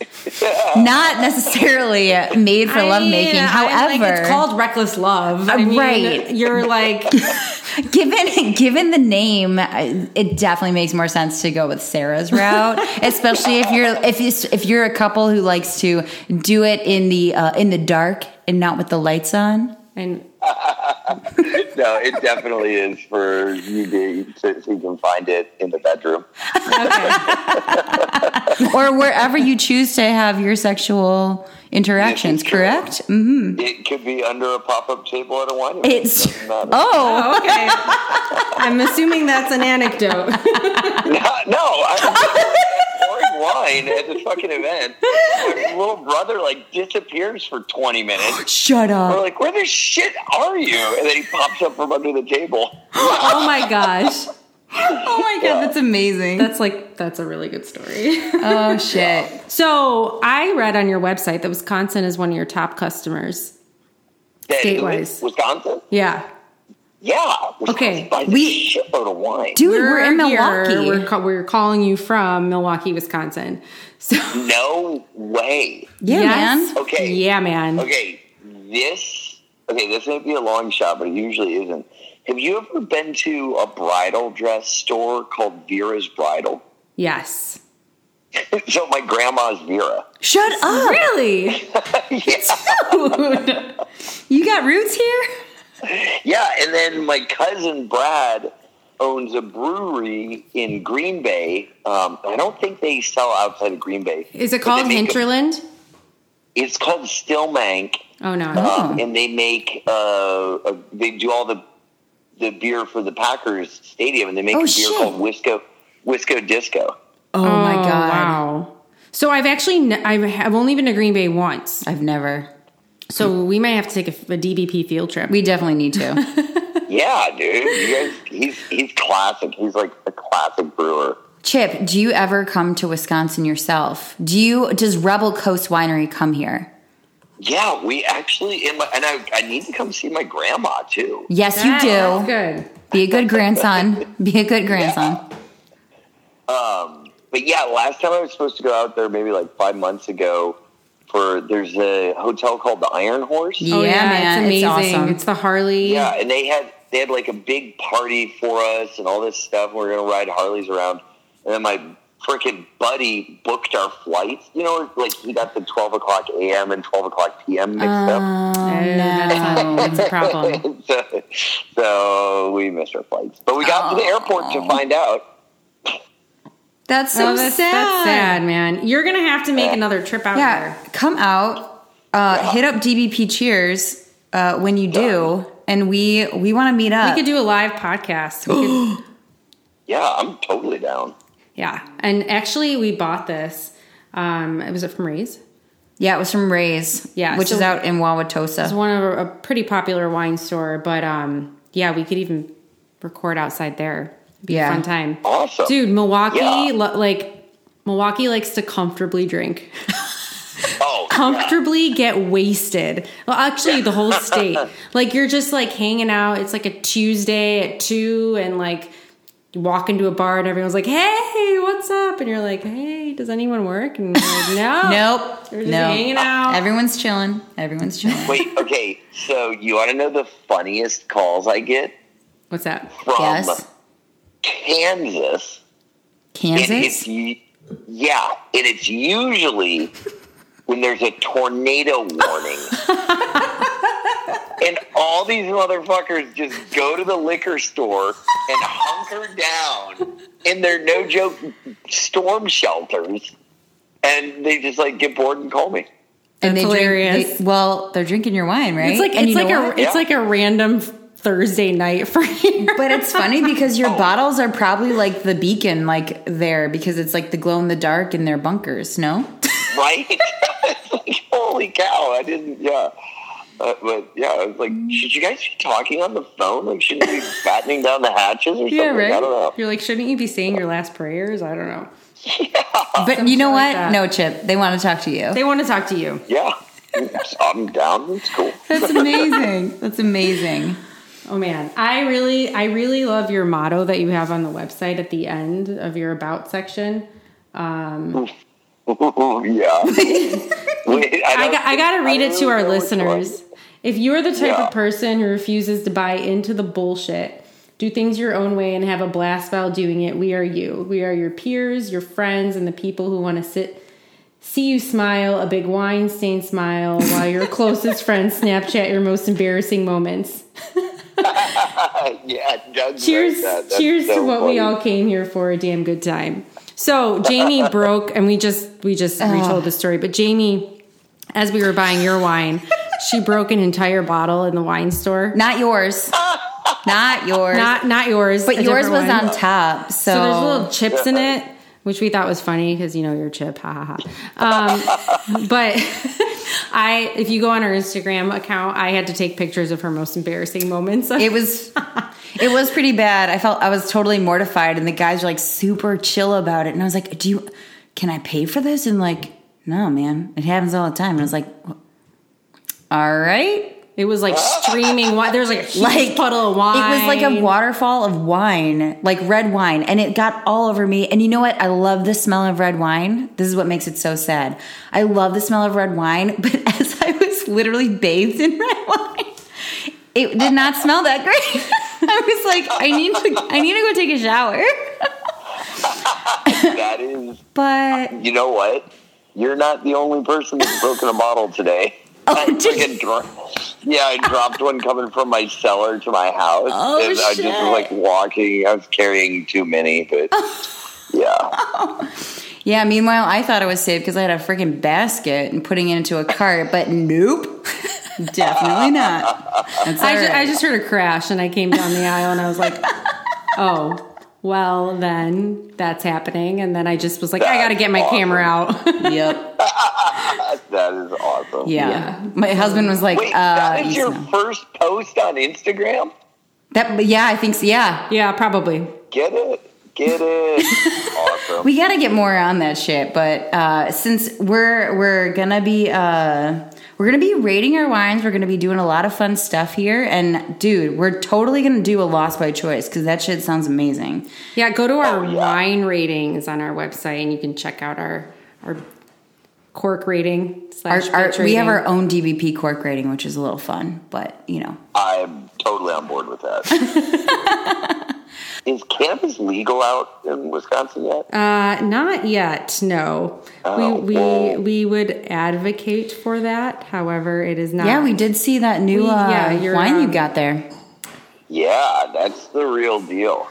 Speaker 1: Not necessarily made for
Speaker 2: I
Speaker 1: lovemaking.
Speaker 2: mean, I- like,
Speaker 1: However,
Speaker 2: it's called reckless love. I
Speaker 1: Uh,
Speaker 2: mean,
Speaker 1: right.
Speaker 2: You're like
Speaker 1: given given the name, I- it definitely makes more sense to go with Sarah's route, especially if you're if you, if you're a couple who likes to do it in the uh, in the dark and not with the lights on.
Speaker 2: and
Speaker 3: No, it definitely is for you to, so so you can find it in the bedroom.
Speaker 2: okay.
Speaker 1: or wherever you choose to have your sexual interactions, correct? Mm,
Speaker 3: It could be under a pop up table at a winery.
Speaker 1: It's
Speaker 3: Doesn't matter.
Speaker 1: oh,
Speaker 2: Oh, okay. I'm assuming that's an anecdote.
Speaker 3: no, no, I'm pouring wine at this fucking event. My little brother like disappears for twenty minutes.
Speaker 1: shut
Speaker 3: We're
Speaker 1: up!
Speaker 3: like, where the shit are you? And then he pops up from under the table.
Speaker 2: Oh my gosh.
Speaker 1: Oh my god, that's amazing.
Speaker 2: That's like that's a really good story.
Speaker 1: oh shit!
Speaker 2: So I read on your website that Wisconsin is one of your top customers.
Speaker 3: Then
Speaker 2: State-wise.
Speaker 3: Wisconsin.
Speaker 2: Yeah.
Speaker 3: Yeah. Wisconsin
Speaker 2: Okay,
Speaker 3: buys a
Speaker 1: we-
Speaker 3: shitload of wine.
Speaker 1: Dude, we're, in
Speaker 2: here.
Speaker 1: Milwaukee.
Speaker 2: We're, ca- we're calling you from Milwaukee, Wisconsin. So
Speaker 3: No way.
Speaker 1: yeah,
Speaker 2: Yes.
Speaker 1: man.
Speaker 3: Okay.
Speaker 2: Yeah, man.
Speaker 3: Okay, this okay, this may be a long shot, but it usually isn't. Have you ever been to a bridal dress store called Vera's Bridal?
Speaker 2: Yes.
Speaker 3: so my grandma's Vera.
Speaker 1: Shut up!
Speaker 2: Really? Dude.
Speaker 1: You got roots here?
Speaker 3: Yeah, and then my cousin Brad owns a brewery in Green Bay. Um, I don't think they sell outside of Green Bay.
Speaker 2: Is it
Speaker 3: but they
Speaker 2: called
Speaker 3: make a-
Speaker 2: Hinterland?
Speaker 3: It's called Stillmank,
Speaker 2: Oh no.
Speaker 1: Uh-huh.
Speaker 3: um, and they make uh, a, they do all the the beer for the Packers stadium, and they make
Speaker 1: Oh,
Speaker 3: a beer
Speaker 1: shit.
Speaker 3: called Wisco Wisco Disco.
Speaker 1: Oh, my
Speaker 2: Oh,
Speaker 1: god!
Speaker 2: Wow. So I've actually n- I've have only been to Green Bay once.
Speaker 1: I've never.
Speaker 2: So we might have to take a, a DBP field trip.
Speaker 1: We definitely need to.
Speaker 3: Yeah, dude, you guys, he's he's classic. He's like a classic brewer.
Speaker 1: Chip, do you ever come to Wisconsin yourself? Do you? Does Rebel Coast Winery come here?
Speaker 3: Yeah, we actually and, my, and I I need to come see my grandma too.
Speaker 1: Yes,
Speaker 2: That-
Speaker 1: you do.
Speaker 2: that's good.
Speaker 1: Be a good grandson. Be a good grandson.
Speaker 3: But yeah, last time I was supposed to go out there, maybe like five months ago, for there's a hotel called the Iron Horse.
Speaker 2: Oh,
Speaker 1: Yeah, man, it's awesome.
Speaker 2: It's the Harley.
Speaker 3: Yeah, and they had they had like a big party for us and all this stuff. We are gonna ride Harleys around, and then my freaking buddy booked our flight. You know, like he got the 12 o'clock a.m. and 12 o'clock p.m. mixed up.
Speaker 1: Uh. Oh, no.
Speaker 2: Oh, That's a problem.
Speaker 3: so, so we missed our flights. But we got to the airport to find out.
Speaker 1: That's so
Speaker 2: Oh, that's,
Speaker 1: sad.
Speaker 2: that's sad, man. You're gonna have to make another trip out
Speaker 1: Yeah, come out, uh, hit up DBP Cheers uh, when you do, and we we want to meet
Speaker 2: there.
Speaker 1: up.
Speaker 2: We could do a live podcast. We could,
Speaker 3: Yeah, I'm totally down.
Speaker 2: yeah, and actually, we bought this. Um, it was it from Ray's.
Speaker 1: yeah, it was from Ray's.
Speaker 2: Yeah,
Speaker 1: which
Speaker 2: so-
Speaker 1: is out in
Speaker 2: It's
Speaker 1: Wauwatosa.
Speaker 2: one of a, a pretty popular wine store, but um, yeah, we could even record outside there. It'd be
Speaker 1: Yeah.
Speaker 2: a fun time.
Speaker 3: Awesome.
Speaker 2: Dude, Milwaukee,
Speaker 3: Yeah.
Speaker 2: lo- like Milwaukee likes to comfortably drink.
Speaker 3: Oh,
Speaker 2: comfortably get wasted. Well, actually, the whole state. like you're just like hanging out. It's like a Tuesday at two, and like you walk into a bar, and everyone's like, "Hey, what's up?" And you're like, "Hey, does anyone work?" And you're like, no,
Speaker 1: Nope.
Speaker 2: We're just
Speaker 1: no.
Speaker 2: hanging out.
Speaker 1: Everyone's chilling. Everyone's chilling.
Speaker 3: Wait, okay. So you want to know the funniest calls I get
Speaker 2: What's that?
Speaker 3: from
Speaker 1: yes.
Speaker 3: Kansas? And
Speaker 1: Kansas?
Speaker 3: it's, u- yeah, and it's usually when there's a tornado warning. and all these motherfuckers just go to the liquor store and hunker down in their no joke storm shelters. And they just like get bored and call me.
Speaker 1: And
Speaker 2: That's
Speaker 1: they drink-
Speaker 2: hilarious.
Speaker 1: they- well, they're drinking your wine, right?
Speaker 2: It's like
Speaker 1: And
Speaker 2: it's
Speaker 1: you
Speaker 2: like
Speaker 1: know
Speaker 2: a
Speaker 1: what?
Speaker 2: it's
Speaker 3: Yeah.
Speaker 2: like a random Thursday night for here.
Speaker 1: But it's funny because
Speaker 2: Oh.
Speaker 1: your bottles are probably like the beacon, like there, because it's like the glow in the dark in their bunkers. No,
Speaker 2: Oh.
Speaker 3: right? it's like, holy cow, I didn't, yeah. Uh, but yeah, I was like, should you guys be talking on the phone? Like, shouldn't we be battening down the hatches or something? I don't know.
Speaker 2: You're like, shouldn't you be saying your last prayers? I don't know.
Speaker 1: but you know
Speaker 2: like
Speaker 1: what?
Speaker 2: that.
Speaker 1: no, Chip, they want to talk to you.
Speaker 2: They want to talk to you.
Speaker 3: Yeah, I'm down. It's cool.
Speaker 1: That's amazing. That's amazing.
Speaker 2: Oh man, I really, I really love your motto that you have on the website at the end of your about section. Um,
Speaker 3: yeah. Wait, I,
Speaker 2: I,
Speaker 3: don't
Speaker 2: got, I
Speaker 3: think-
Speaker 2: got to read
Speaker 3: don't
Speaker 2: it to
Speaker 3: really
Speaker 2: our
Speaker 3: know which
Speaker 2: listeners.
Speaker 3: one.
Speaker 2: If you are the type
Speaker 3: Yeah.
Speaker 2: of person who refuses to buy into the bullshit, do things your own way and have a blast while doing it, we are you. We are your peers, your friends, and the people who want to sit, see you smile, a big wine stained smile, while your closest friends Snapchat your most embarrassing moments.
Speaker 3: Yeah, Doug's
Speaker 2: cheers
Speaker 3: right. That- that's
Speaker 2: cheers to
Speaker 3: so
Speaker 2: what
Speaker 3: funny.
Speaker 2: we all came here for a damn good time so jamie broke and we just we just retold the story but jamie as we were buying your wine she broke an entire bottle in the wine store
Speaker 1: Not yours. Not yours.
Speaker 2: not not yours
Speaker 1: but
Speaker 2: a
Speaker 1: yours
Speaker 2: different
Speaker 1: was
Speaker 2: one.
Speaker 1: on top. So,
Speaker 2: so there's little chips in it which we thought was funny because you know your chip ha ha ha um, but i if you go on her instagram account i had to take pictures of her most embarrassing moments
Speaker 1: it was it was pretty bad. I felt I was totally mortified and the guys were like super chill about it. And I was like, Do you can I pay for this? And like, no, man. It happens all the time. And I was like, All right.
Speaker 2: It was like streaming wine. There's like a huge
Speaker 1: Like
Speaker 2: puddle of wine.
Speaker 1: It was like a waterfall of wine, like red wine, and it got all over me. And you know what? I love the smell of red wine. This is what makes it so sad. I love the smell of red wine, but as I was literally bathed in red wine, it did not smell that great. I was like, I need to, I need to go take a shower.
Speaker 3: That is,
Speaker 1: But
Speaker 3: you know what? You're not the only person that's broken a bottle today.
Speaker 2: Oh,
Speaker 3: I
Speaker 1: did
Speaker 3: freaking dro- yeah, I dropped one coming from my cellar to my house.
Speaker 1: Oh,
Speaker 3: and I just
Speaker 1: shit.
Speaker 3: was like walking. I was carrying too many, but yeah.
Speaker 1: yeah, meanwhile, I thought I was safe because I had a freaking basket and putting it into a cart. But nope, definitely not. That's
Speaker 2: I,
Speaker 1: all
Speaker 2: ju-
Speaker 1: right.
Speaker 2: I just heard a crash and I came down the aisle and I was like, oh, well, then that's happening. And then I just was like, I got to get my
Speaker 3: That's
Speaker 2: camera out.
Speaker 1: yep.
Speaker 3: That is awesome.
Speaker 1: Yeah.
Speaker 2: Yeah.
Speaker 1: My husband was like,
Speaker 3: Wait,
Speaker 1: uh,
Speaker 3: that
Speaker 1: you
Speaker 3: is your
Speaker 1: smell.
Speaker 3: first post on Instagram?
Speaker 1: that, but yeah, I think so. Yeah.
Speaker 2: yeah, probably.
Speaker 3: Get it. Get it. awesome.
Speaker 1: We got to get more on that shit. But, uh, since we're, we're going to be, uh, we're going to be rating our wines. We're going to be doing a lot of fun stuff here. And dude, we're totally going to do a loss by choice because that shit sounds amazing.
Speaker 2: Yeah, go to our
Speaker 3: Oh, yeah.
Speaker 2: wine ratings on our website and you can check out our our cork rating
Speaker 1: Our,
Speaker 2: slash
Speaker 1: our,
Speaker 2: pitch
Speaker 1: we have
Speaker 2: rating.
Speaker 1: our own DBP cork rating, which is a little fun, but you know,
Speaker 3: I'm totally on board with that. Is cannabis legal out in Wisconsin yet?
Speaker 2: Uh, not yet. No,
Speaker 3: Oh,
Speaker 2: we we
Speaker 3: well.
Speaker 2: we would advocate for that. However, it is not.
Speaker 1: Yeah, we did see that new
Speaker 2: Um, We-
Speaker 1: uh,
Speaker 2: yeah, you're,
Speaker 1: wine you
Speaker 2: um,
Speaker 1: got there.
Speaker 3: Yeah, that's the real deal.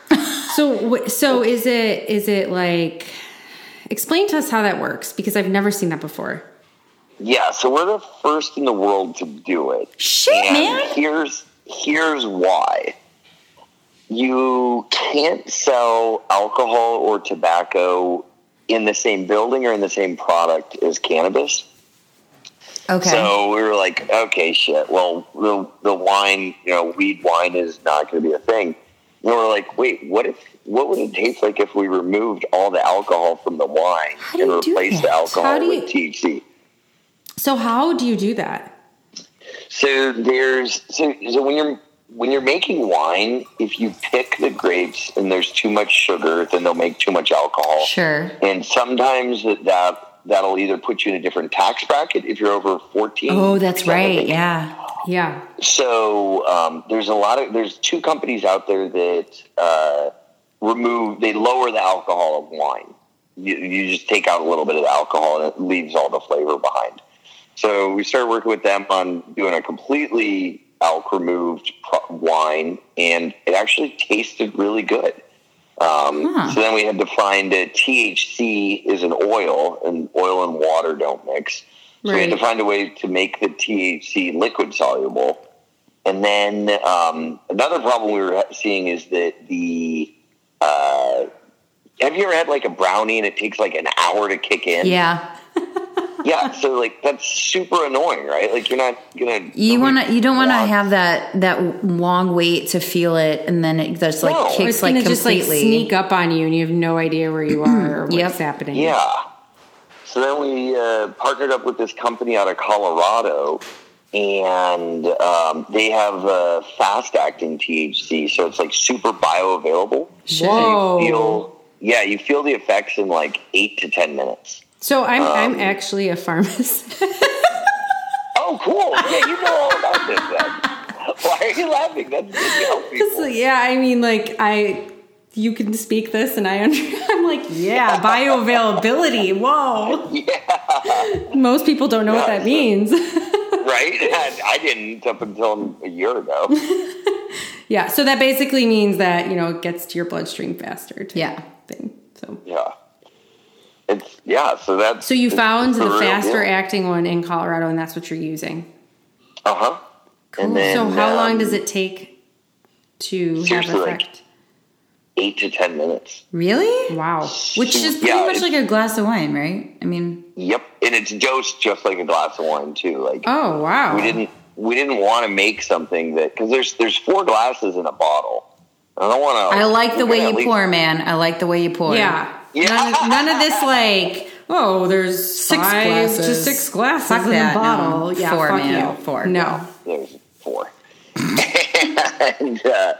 Speaker 2: So wh- so is it is it like? Explain to us how that works because I've never seen that before.
Speaker 3: Yeah, so we're the first in the world to do it.
Speaker 1: Shit,
Speaker 3: and
Speaker 1: man.
Speaker 3: here's here's why. You can't sell alcohol or tobacco in the same building or in the same product as cannabis.
Speaker 1: Okay.
Speaker 3: So we were like, okay, shit. Well, the the wine, you know, weed wine is not going to be a thing. And we're like, wait, what if? What would it taste like if we removed all the alcohol from the wine
Speaker 1: do
Speaker 3: and
Speaker 1: you do
Speaker 3: replaced
Speaker 1: that?
Speaker 3: the
Speaker 2: How
Speaker 3: alcohol
Speaker 2: do you-
Speaker 3: with THC?
Speaker 2: So how do you do that?
Speaker 3: So there's so, so when you're when you're making wine, if you pick the grapes and there's too much sugar, then they'll make too much alcohol.
Speaker 1: sure.
Speaker 3: And sometimes that, that that'll either put you in a different tax bracket if you're over fourteen.
Speaker 1: Oh, that's
Speaker 3: which I don't
Speaker 1: right.
Speaker 3: think
Speaker 1: Yeah.
Speaker 2: Yeah.
Speaker 3: so um, there's a lot of there's two companies out there that uh, remove they lower the alcohol of wine. You, you just take out a little bit of the alcohol and it leaves all the flavor behind. So we started working with them on doing a completely alc removed pro- wine, and it actually tasted really good. Um,
Speaker 1: Huh.
Speaker 3: So then we had to find a THC is an oil, and oil and water don't mix. So we had to
Speaker 2: Right.
Speaker 3: find a way to make the THC liquid soluble. And then um, another problem we were ha- seeing is that the. Uh, have you ever had like a brownie and it takes like an hour to kick in?
Speaker 1: Yeah.
Speaker 3: Yeah. So like that's super annoying, right? Like you're not gonna.
Speaker 1: You want to. You don't want to
Speaker 3: Walk-
Speaker 1: have that that long wait to feel it, and then it just like
Speaker 3: No. Or
Speaker 1: kicks
Speaker 2: It's
Speaker 1: like
Speaker 2: gonna
Speaker 1: completely.
Speaker 2: just like sneak up on you and you have no idea where you are or what's
Speaker 1: Yep.
Speaker 2: happening.
Speaker 3: Yeah. So then we uh, partnered up with this company out of Colorado, and um, they have uh, fast acting THC, so it's like super bioavailable.
Speaker 2: Whoa.
Speaker 3: So you
Speaker 1: Oh.
Speaker 3: feel, yeah, you feel the effects in like eight to ten minutes.
Speaker 2: So I'm
Speaker 3: Um,
Speaker 2: I'm actually a pharmacist.
Speaker 3: Oh, cool! Yeah, you know all about this. Then. Why are you laughing? That's good to help people.
Speaker 2: So, yeah, I mean like I you can speak this and I under, I'm like, yeah, bioavailability. Whoa. Most people don't know what
Speaker 3: Yeah,
Speaker 2: that
Speaker 3: so-
Speaker 2: means.
Speaker 3: Right? And I didn't up until a year ago.
Speaker 2: yeah, so that basically means that, you know, it gets to your bloodstream faster. type
Speaker 1: Yeah.
Speaker 2: Thing. So
Speaker 3: Yeah. It's yeah. So that's
Speaker 2: So you found the faster acting one in Colorado and that's what you're using.
Speaker 3: Uh huh. Cool.
Speaker 2: so how
Speaker 3: um,
Speaker 2: long does it take to have
Speaker 3: seriously, like-
Speaker 2: effect?
Speaker 3: Eight to ten minutes.
Speaker 1: Really?
Speaker 2: Wow.
Speaker 1: Which is pretty
Speaker 3: Yeah,
Speaker 1: much
Speaker 3: it's-
Speaker 1: like a glass of wine, right? I mean,
Speaker 3: Yep, and it's dosed just like a glass of wine too. Like
Speaker 2: Oh wow.
Speaker 3: we didn't we didn't want to make something that because there's there's four glasses in a bottle. I don't want to.
Speaker 1: I like the way you pour, man. I like the way you pour.
Speaker 2: Yeah.
Speaker 3: Yeah.
Speaker 2: None, of, none of this like, oh, there's six five to
Speaker 1: glasses.
Speaker 2: six glasses
Speaker 1: Fuck
Speaker 2: in
Speaker 1: that,
Speaker 2: the bottle.
Speaker 1: no.
Speaker 2: Yeah,
Speaker 1: Four,
Speaker 2: fuck
Speaker 1: man.
Speaker 2: you.
Speaker 1: Four.
Speaker 2: No.
Speaker 3: There's four. and uh,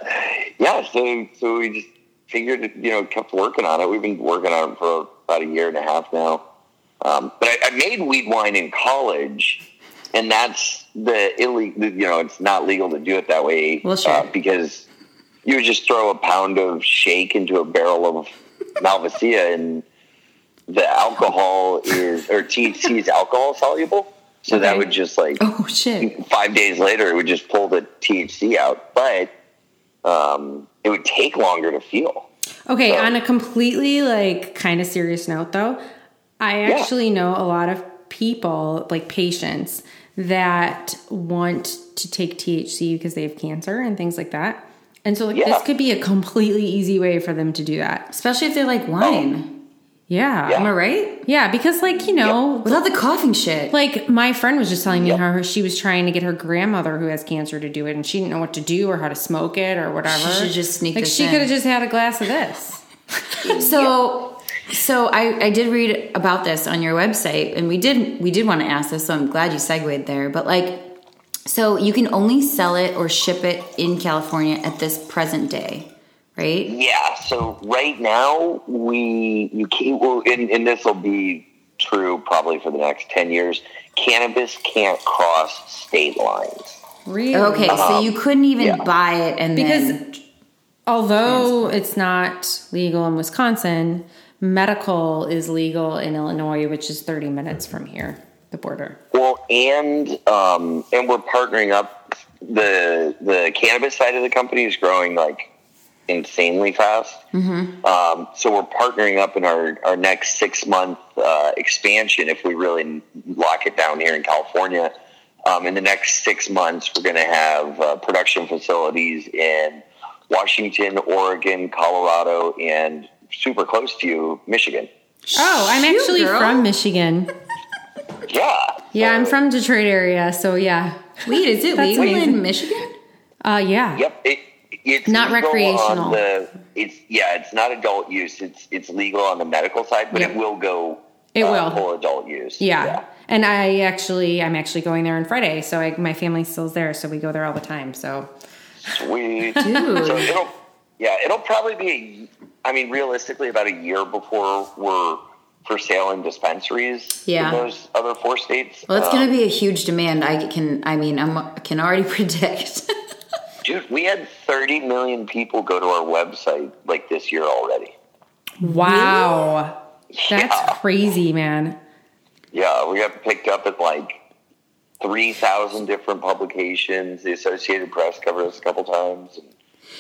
Speaker 3: yeah, so so we just figured you know kept working on it. We've been working on it for about a year and a half now. Um, but I, I made weed wine in college, and that's the illegal. You know, it's not legal to do it that way. uh,
Speaker 1: Well, sure.
Speaker 3: because you would just throw a pound of shake into a barrel of Malvasia, and the alcohol is or THC is alcohol soluble, so that
Speaker 2: Okay.
Speaker 3: would just like
Speaker 1: Oh shit.
Speaker 3: five days later, it would just pull the THC out, but um, it would take longer to feel.
Speaker 2: Okay, on a completely like kind of serious note though, I actually know a lot of people, like patients, that want to take THC because they have cancer and things like that. And so like
Speaker 3: Yeah.
Speaker 2: this could be a completely easy way for them to do that.
Speaker 1: Especially if they like
Speaker 3: Oh.
Speaker 1: wine.
Speaker 2: Yeah.
Speaker 1: Am I
Speaker 2: Yeah,
Speaker 1: right?
Speaker 2: because like, you know,
Speaker 1: Without the coughing shit.
Speaker 2: Like my friend was just telling me
Speaker 3: Yep.
Speaker 2: how her, she was trying to get her grandmother who has cancer to do it, and she didn't know what to do or how to smoke it or whatever.
Speaker 1: She should just sneak
Speaker 2: Like
Speaker 1: this
Speaker 2: she
Speaker 1: in.
Speaker 2: could have just had a glass of this.
Speaker 1: So, so I, I did read about this on your website, and we did we did want to ask this, so I'm glad you segued there. But like, so you can only sell it or ship it in California at this present day, right?
Speaker 3: Yeah. So right now, we you can't. Well, and, and this will be true probably for the next ten years. Cannabis can't cross state lines.
Speaker 2: Really?
Speaker 1: Mm-hmm. Okay, so you couldn't even
Speaker 3: yeah.
Speaker 1: buy it, and
Speaker 2: Because
Speaker 1: then
Speaker 2: Although it's not legal in Wisconsin, medical is legal in Illinois, which is 30 minutes from here, the border.
Speaker 3: Well, and um, and we're partnering up. the The cannabis side of the company is growing like insanely fast.
Speaker 2: Mm-hmm.
Speaker 3: Um, so we're partnering up in our our next six month uh, expansion. If we really lock it down here in California, um, in the next six months, we're going to have uh, production facilities in Washington, Oregon, Colorado, and super close to you, Michigan.
Speaker 2: Oh, I'm
Speaker 1: Shoot,
Speaker 2: actually
Speaker 1: girl.
Speaker 2: from Michigan.
Speaker 3: Yeah.
Speaker 2: Yeah, I'm
Speaker 3: So-
Speaker 2: from Detroit area, so yeah.
Speaker 1: Wait, is it
Speaker 2: That's
Speaker 1: legal
Speaker 2: amazing.
Speaker 1: in Michigan?
Speaker 2: Uh yeah.
Speaker 3: Yep. It, it's
Speaker 2: Not
Speaker 3: legal
Speaker 2: recreational.
Speaker 3: On the, it's yeah, it's not adult use. It's it's legal on the medical side, but
Speaker 2: Yeah.
Speaker 3: it will go.
Speaker 2: It will.
Speaker 3: full adult use.
Speaker 2: Yeah. And I actually I'm actually going there on Friday, so I, my family still's there, so we go there all the time. So
Speaker 3: sweet.
Speaker 1: Dude.
Speaker 3: So it'll yeah, it'll probably be. A, I mean, realistically, about a year before we're for sale in dispensaries.
Speaker 1: Yeah.
Speaker 3: in those other four states.
Speaker 1: Well, it's
Speaker 3: Um,
Speaker 1: going to be a huge demand. I can, I mean, I'm, I can already predict.
Speaker 3: Uh, Dude, we had 30 million people go to our website like this year already.
Speaker 2: wow. That's
Speaker 3: yeah.
Speaker 2: crazy, man.
Speaker 3: Yeah, we got picked up at like 3,000 different publications. The Associated Press covered us a couple times.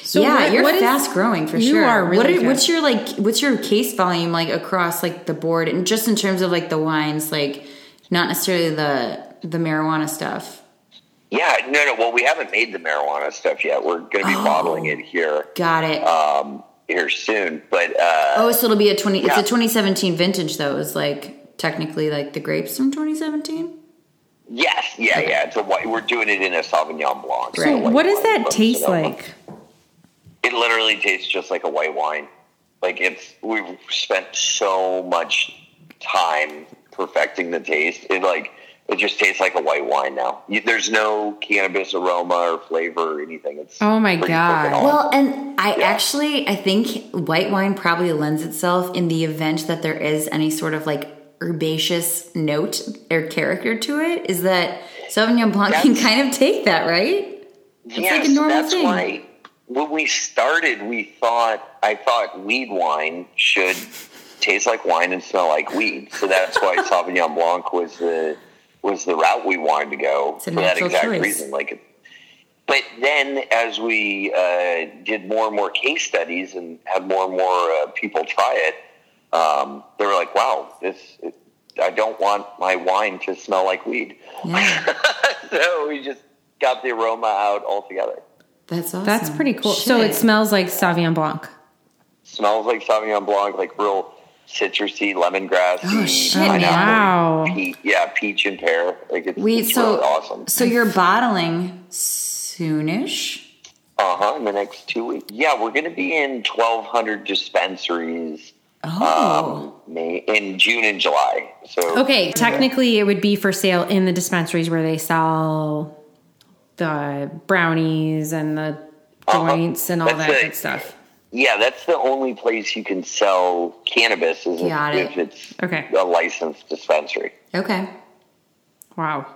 Speaker 2: So
Speaker 1: yeah,
Speaker 2: what-
Speaker 1: you're
Speaker 2: what is-
Speaker 1: fast growing for
Speaker 2: You
Speaker 1: sure.
Speaker 2: are really
Speaker 1: What are-
Speaker 2: fast.
Speaker 1: What's your like? What's your case volume like across like the board, and just in terms of like the wines, like not necessarily the the marijuana stuff.
Speaker 3: Yeah, no, no. Well, we haven't made the marijuana stuff yet. We're going to be bottling
Speaker 2: Oh.
Speaker 3: it here
Speaker 1: Got it.
Speaker 3: um, here soon. But uh,
Speaker 1: oh, so it'll be a twenty. It's
Speaker 3: yeah.
Speaker 1: a 2017 vintage though. Is like technically like the grapes from 2017.
Speaker 3: yes, yeah, yeah. It's a white. We're doing it in a Sauvignon
Speaker 1: Right.
Speaker 3: Blanc.
Speaker 2: So
Speaker 3: a white
Speaker 2: what does
Speaker 3: wine
Speaker 2: that
Speaker 3: from
Speaker 2: taste
Speaker 3: Sonoma.
Speaker 2: like?
Speaker 3: It literally tastes just like a white wine. Like it's we've spent so much time perfecting the taste. It like it just tastes like a white wine now. You, there's no cannabis aroma or flavor or anything. It's
Speaker 2: Oh my
Speaker 3: pretty
Speaker 2: God.
Speaker 3: freaking awesome.
Speaker 1: Well, and I actually I think white wine probably lends itself in the event that there is any sort of like herbaceous note or character to it. Is that Sauvignon Blanc can
Speaker 3: That's-
Speaker 1: kind of take that, right? like a normal
Speaker 3: that's
Speaker 1: thing.
Speaker 3: why when we started, we thought I thought weed wine should taste like wine and smell like weed. So that's why Sauvignon Blanc was the was the route we wanted to go
Speaker 1: a
Speaker 3: for that
Speaker 1: natural
Speaker 3: exact
Speaker 1: choice.
Speaker 3: reason. Like, it- but then as we uh, did more and more case studies and had more and more uh, people try it, um, they were like, "Wow, this." I don't want my wine to smell like weed.
Speaker 1: Yeah,
Speaker 3: so we just got the aroma out altogether.
Speaker 1: that's awesome.
Speaker 2: That's pretty cool. So
Speaker 1: Shit.
Speaker 2: it smells like Sauvignon Blanc.
Speaker 3: Smells like Sauvignon Blanc, like real citrusy, lemongrass.
Speaker 1: Oh, shit,
Speaker 2: man. Wow.
Speaker 3: yeah, peach and pear. Like it's,
Speaker 1: Wait,
Speaker 3: it's
Speaker 1: so
Speaker 3: really awesome.
Speaker 1: So you're bottling soonish.
Speaker 3: Uh huh. In the next two weeks, yeah, we're going to be in twelve hundred dispensaries.
Speaker 1: Oh,
Speaker 3: Um, May in June and July. So
Speaker 2: Okay, technically it would be for sale in the dispensaries where they sell the brownies and the
Speaker 3: Uh-huh.
Speaker 2: joints and all
Speaker 3: That's
Speaker 2: that
Speaker 3: it.
Speaker 2: good stuff.
Speaker 3: yeah, that's the only place you can sell cannabis is if,
Speaker 1: Got it.
Speaker 3: if it's
Speaker 2: Okay.
Speaker 3: a licensed dispensary.
Speaker 1: okay.
Speaker 2: Wow.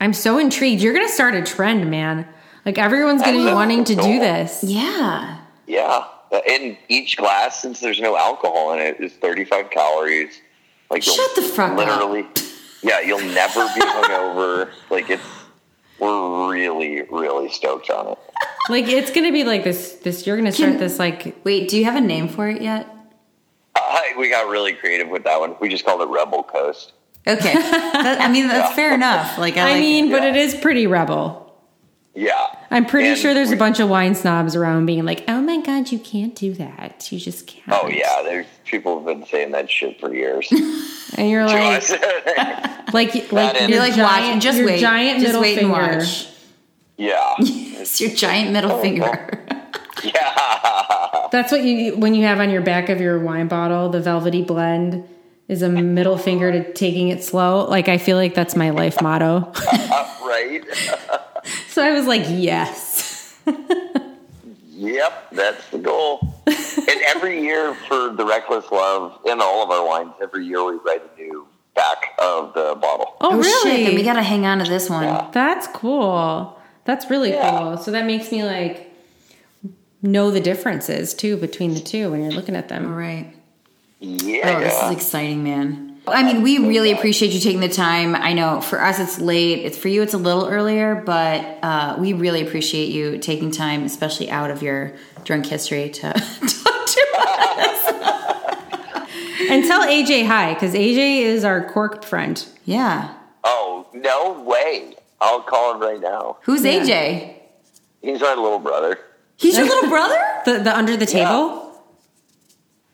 Speaker 2: I'm so intrigued. You're going to start a trend, man. Like everyone's going to be
Speaker 3: That's
Speaker 2: wanting to
Speaker 3: the
Speaker 2: do
Speaker 3: goal.
Speaker 2: this.
Speaker 1: Yeah.
Speaker 3: Yeah, and each glass, since there's no alcohol in it, is 35 calories. Like you'll
Speaker 1: Shut the fuck up.
Speaker 3: literally, yeah, you'll never be hungover. like it's, we're really, really stoked on it.
Speaker 2: Like it's going to be like this this you're going to start
Speaker 1: Can-
Speaker 2: this like
Speaker 1: Wait, do you have a name for it yet?
Speaker 3: I, Uh, we got really creative with that one. We just called it Rebel Coast.
Speaker 1: Okay. That- I mean, that's fair enough. Like, I,
Speaker 2: I
Speaker 1: like
Speaker 2: mean, but
Speaker 3: yeah.
Speaker 2: it is pretty rebel.
Speaker 3: Yeah,
Speaker 2: I'm pretty
Speaker 3: And
Speaker 2: sure there's a
Speaker 3: we-
Speaker 2: bunch of wine snobs around being like, "Oh my god, you can't do that. You just can't."
Speaker 3: Oh yeah, there's people have been saying that shit for years.
Speaker 2: And you're like, like, like
Speaker 3: and-
Speaker 2: your
Speaker 1: you're like,
Speaker 2: giant,
Speaker 1: watch, just
Speaker 2: your
Speaker 1: wait,
Speaker 2: giant
Speaker 1: just
Speaker 2: middle
Speaker 1: wait
Speaker 2: finger.
Speaker 1: and watch.
Speaker 3: yeah,
Speaker 1: It's your giant middle
Speaker 3: Oh,
Speaker 1: finger.
Speaker 3: yeah.
Speaker 2: That's what you when you have on your back of your wine bottle the velvety blend is a middle finger to taking it slow. Like I feel like that's my life motto.
Speaker 3: right.
Speaker 2: so I was like, yes.
Speaker 3: Yep, that's the goal. and every year for the Reckless Love and all of our wines, every year we write a new back of the bottle.
Speaker 2: Oh, really?
Speaker 1: shit! Then we gotta hang on to this one.
Speaker 3: Yeah.
Speaker 2: that's cool. That's really
Speaker 3: Yeah.
Speaker 2: cool. So that makes me like know the differences too between the two when you're looking at
Speaker 1: All
Speaker 2: them.
Speaker 1: right.
Speaker 3: Yeah.
Speaker 1: Oh, this is exciting, man. I mean, we really appreciate you taking the time. I know for us it's late. It's for you it's a little earlier, but uh, we really appreciate you taking time, especially out of your drunk history to talk to us.
Speaker 2: And tell AJ hi because AJ is our Cork friend.
Speaker 1: Yeah.
Speaker 3: oh, no way. I'll call him right now.
Speaker 1: Who's AJ?
Speaker 3: He's our little brother.
Speaker 1: He's your little brother?
Speaker 2: The the under the table,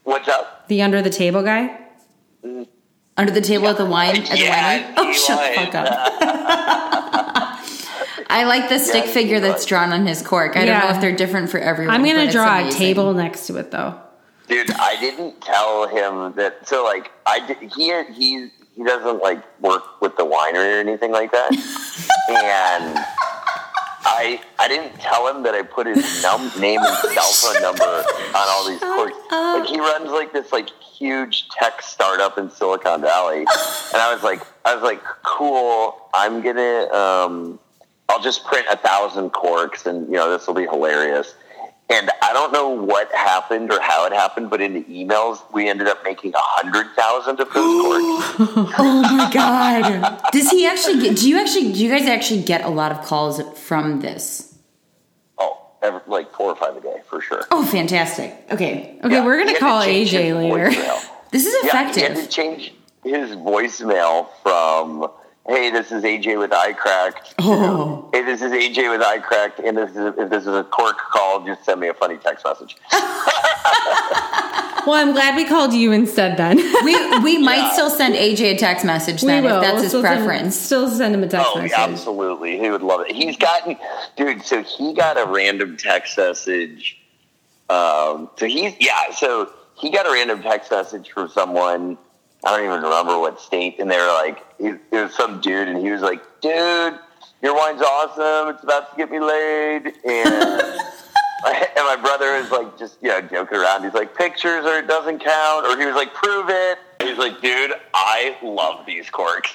Speaker 3: What's up?
Speaker 2: the under the table guy.
Speaker 1: Under the table at the wine at the
Speaker 3: Yeah,
Speaker 1: winery? Oh,
Speaker 3: he
Speaker 1: shut
Speaker 3: was. uh,
Speaker 1: the fuck up. I like the stick
Speaker 3: Yeah,
Speaker 1: figure
Speaker 3: he
Speaker 1: that's
Speaker 3: was.
Speaker 1: drawn on his cork. I don't
Speaker 2: Yeah.
Speaker 1: know if they're different for everyone.
Speaker 2: I'm
Speaker 1: but
Speaker 2: gonna
Speaker 1: it's
Speaker 2: draw a
Speaker 1: amazing.
Speaker 2: table next to it though.
Speaker 3: Dude, I didn't tell him that. So, like, I did, he he he doesn't like work with the winery or anything like that. and I I didn't tell him that I put his num- name and cell phone number on all these quirks. Like, he runs like this like huge tech startup in Silicon Valley, and I was like, I was like, cool. I'm gonna um, I'll just print a thousand corks, and you know this will be hilarious. And I don't know what happened or how it happened, but in the emails, we ended up making a hundred thousand of those corks.
Speaker 1: Oh my god. Does he actually get do you actually do you guys actually get a lot of calls from this?
Speaker 3: Oh, every, like four or five a day for sure.
Speaker 1: Oh fantastic. Okay.
Speaker 2: Okay,
Speaker 3: Yeah,
Speaker 2: we're
Speaker 3: he
Speaker 2: gonna
Speaker 3: had
Speaker 2: call
Speaker 3: to change
Speaker 2: AJ
Speaker 3: his
Speaker 2: later.
Speaker 3: voicemail.
Speaker 1: This is
Speaker 3: yeah, he had
Speaker 1: effective.
Speaker 3: to change his voicemail from "Hey, this is AJ with iCrack." to,
Speaker 1: Oh.
Speaker 3: Hey, this is AJ with iCrack, and this is if this is a cork call, just send me a funny text message.
Speaker 2: Well, I'm glad we called you instead then. we
Speaker 1: we we might still send AJ a text message then if that's
Speaker 2: We'll
Speaker 1: his
Speaker 2: still send-
Speaker 1: preference.
Speaker 2: still send him a text
Speaker 3: Oh,
Speaker 2: message.
Speaker 3: absolutely. He would love it. He's gotten, dude, so he got a random text message. Um, so he's, yeah, so he got a random text message from someone. I don't even remember what state. And they were like, it, it was some dude, and he was like, dude, your wine's awesome. It's about to get me laid. And. And my brother is like just you know joking around. He's like pictures or it doesn't count, or he was like prove it. He's like, dude, I love these corks.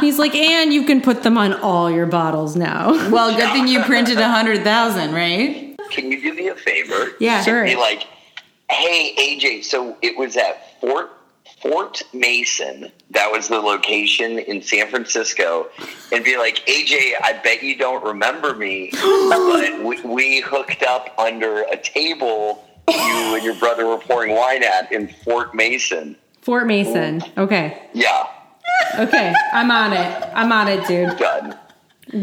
Speaker 2: He's like, and you can put them on all your bottles now.
Speaker 1: Well, good thing you printed a hundred thousand, right?
Speaker 3: can you do me a favor?
Speaker 2: Yeah,
Speaker 3: Send
Speaker 2: sure.
Speaker 3: me, like, hey AJ, so it was at Fort Fort Mason. That was the location in San Francisco, and be like, AJ, I bet you don't remember me, but we, we hooked up under a table. You and your brother were pouring wine at in Fort Mason.
Speaker 2: Fort Mason. Okay.
Speaker 3: Yeah,
Speaker 2: Okay. I'm on it. I'm on it, dude.
Speaker 3: done.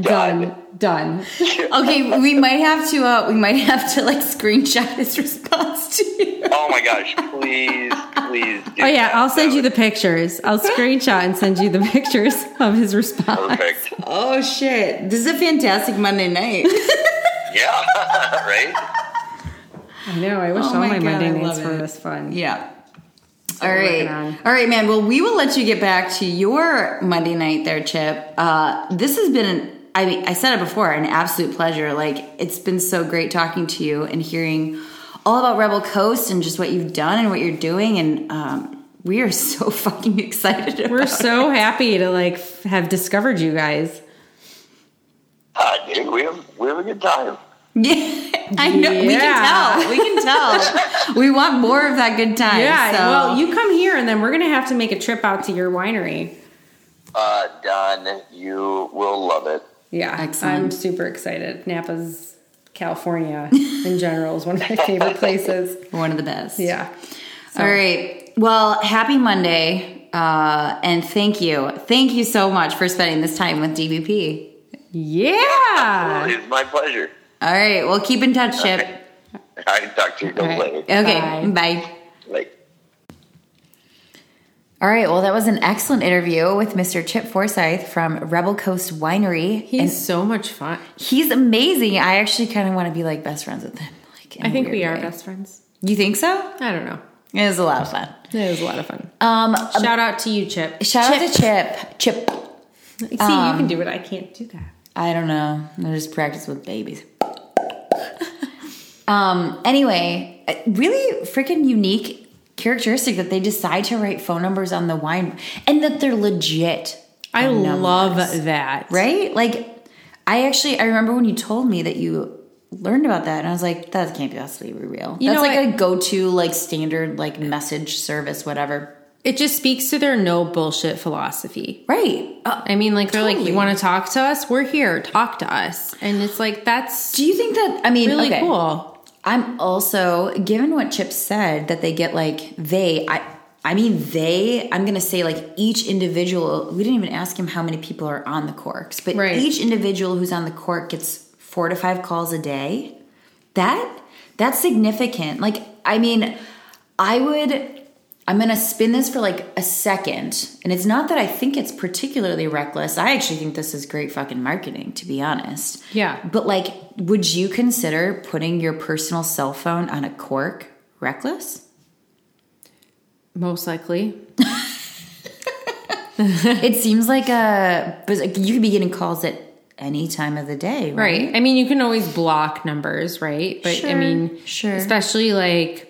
Speaker 2: Done. Done.
Speaker 1: Okay, we might have to uh we might have to like screenshot his response to you.
Speaker 3: Oh my gosh! Please, please. Do
Speaker 2: Oh yeah,
Speaker 3: that.
Speaker 2: I'll send
Speaker 3: That
Speaker 2: you the
Speaker 3: was
Speaker 2: pictures. I'll screenshot and send you the pictures of his response.
Speaker 3: perfect.
Speaker 1: Oh shit. This is a fantastic Monday night.
Speaker 3: Yeah, right.
Speaker 2: I know. I wish
Speaker 1: Oh
Speaker 2: all
Speaker 1: my
Speaker 2: my
Speaker 1: God, I
Speaker 2: Monday nights
Speaker 1: love
Speaker 2: were
Speaker 1: it.
Speaker 2: this fun.
Speaker 1: Yeah. All
Speaker 2: we're
Speaker 1: right.
Speaker 2: working on.
Speaker 1: All right, man. Well, we will let you get back to your Monday night there, Chip. Uh, this has been an I mean, I said it before, an absolute pleasure. Like, it's been so great talking to you and hearing all about Rebel Coast and just what you've done and what you're doing. And um, we are so fucking excited. About
Speaker 2: We're
Speaker 1: it.
Speaker 2: so happy to like f- have discovered you guys.
Speaker 3: Ah, dude, we have we have a good time.
Speaker 1: Yeah, I know. We
Speaker 2: Yeah.
Speaker 1: can tell. We can tell. we want more of that good time.
Speaker 2: Yeah.
Speaker 1: so-
Speaker 2: Well, you come here, and then we're gonna have to make a trip out to your winery.
Speaker 3: Uh, Don, you will love it.
Speaker 2: Yeah,
Speaker 1: Excellent.
Speaker 2: I'm super excited. Napa's California in general is one of my favorite places.
Speaker 1: one of the best.
Speaker 2: Yeah.
Speaker 1: All right. Well, happy Monday. Uh, and thank you. Thank you so much for spending this time with DVP.
Speaker 2: Yeah.
Speaker 3: It's my pleasure.
Speaker 1: All right. Well, keep in touch, Chip.
Speaker 3: Okay. All right, talk to you
Speaker 2: All right.
Speaker 3: later.
Speaker 1: Okay.
Speaker 2: Bye.
Speaker 1: Bye.
Speaker 3: Like.
Speaker 1: All right. Well, that was an excellent interview with Mr. Chip Forsyth from Rebel Coast Winery.
Speaker 2: He's so much fun.
Speaker 1: and he's amazing. I actually kind of want to be like best friends with him. Like, in
Speaker 2: I
Speaker 1: a
Speaker 2: think we
Speaker 1: weird
Speaker 2: are
Speaker 1: way.
Speaker 2: best friends.
Speaker 1: You think so?
Speaker 2: I don't know.
Speaker 1: It was a lot of fun.
Speaker 2: It was a lot of fun.
Speaker 1: Um,
Speaker 2: Shout out to you, Chip.
Speaker 1: shout out to Chip. Chip.
Speaker 2: See, you can do it. I can't do that.
Speaker 1: I don't know. I just practice with babies. um. Anyway, uh, really freaking unique characteristic that they decide to write phone numbers on the wine and that they're legit,
Speaker 2: I love that.
Speaker 1: right? Like, I actually I remember when you told me that you learned about that and I was like, that can't be possibly real.
Speaker 2: You
Speaker 1: That's
Speaker 2: know,
Speaker 1: like
Speaker 2: I-
Speaker 1: a go to like standard like message service, whatever.
Speaker 2: It just speaks to their no bullshit philosophy.
Speaker 1: Right. Uh,
Speaker 2: I mean, like they're like,
Speaker 1: Totally.
Speaker 2: you want to talk to us? We're here. Talk to us. And it's like that's
Speaker 1: do you think that I mean
Speaker 2: really
Speaker 1: okay.
Speaker 2: cool.
Speaker 1: I'm also given what Chip said that they get like they I I mean they I'm gonna say like each individual we didn't even ask him how many people are on the corks, but
Speaker 2: Right.
Speaker 1: each individual who's on the cork gets four to five calls a day. That that's significant. Like I mean, I would I'm gonna spin this for like a second, and it's not that I think it's particularly reckless. I actually think this is great fucking marketing, to be honest.
Speaker 2: Yeah.
Speaker 1: But like, would you consider putting your personal cell phone on a cork reckless?
Speaker 2: Most likely.
Speaker 1: it seems like a but like, you could be getting calls at any time of the day, right?
Speaker 2: Right. I mean, you can always block numbers, right? But I
Speaker 1: Sure,
Speaker 2: mean,
Speaker 1: sure.
Speaker 2: Especially like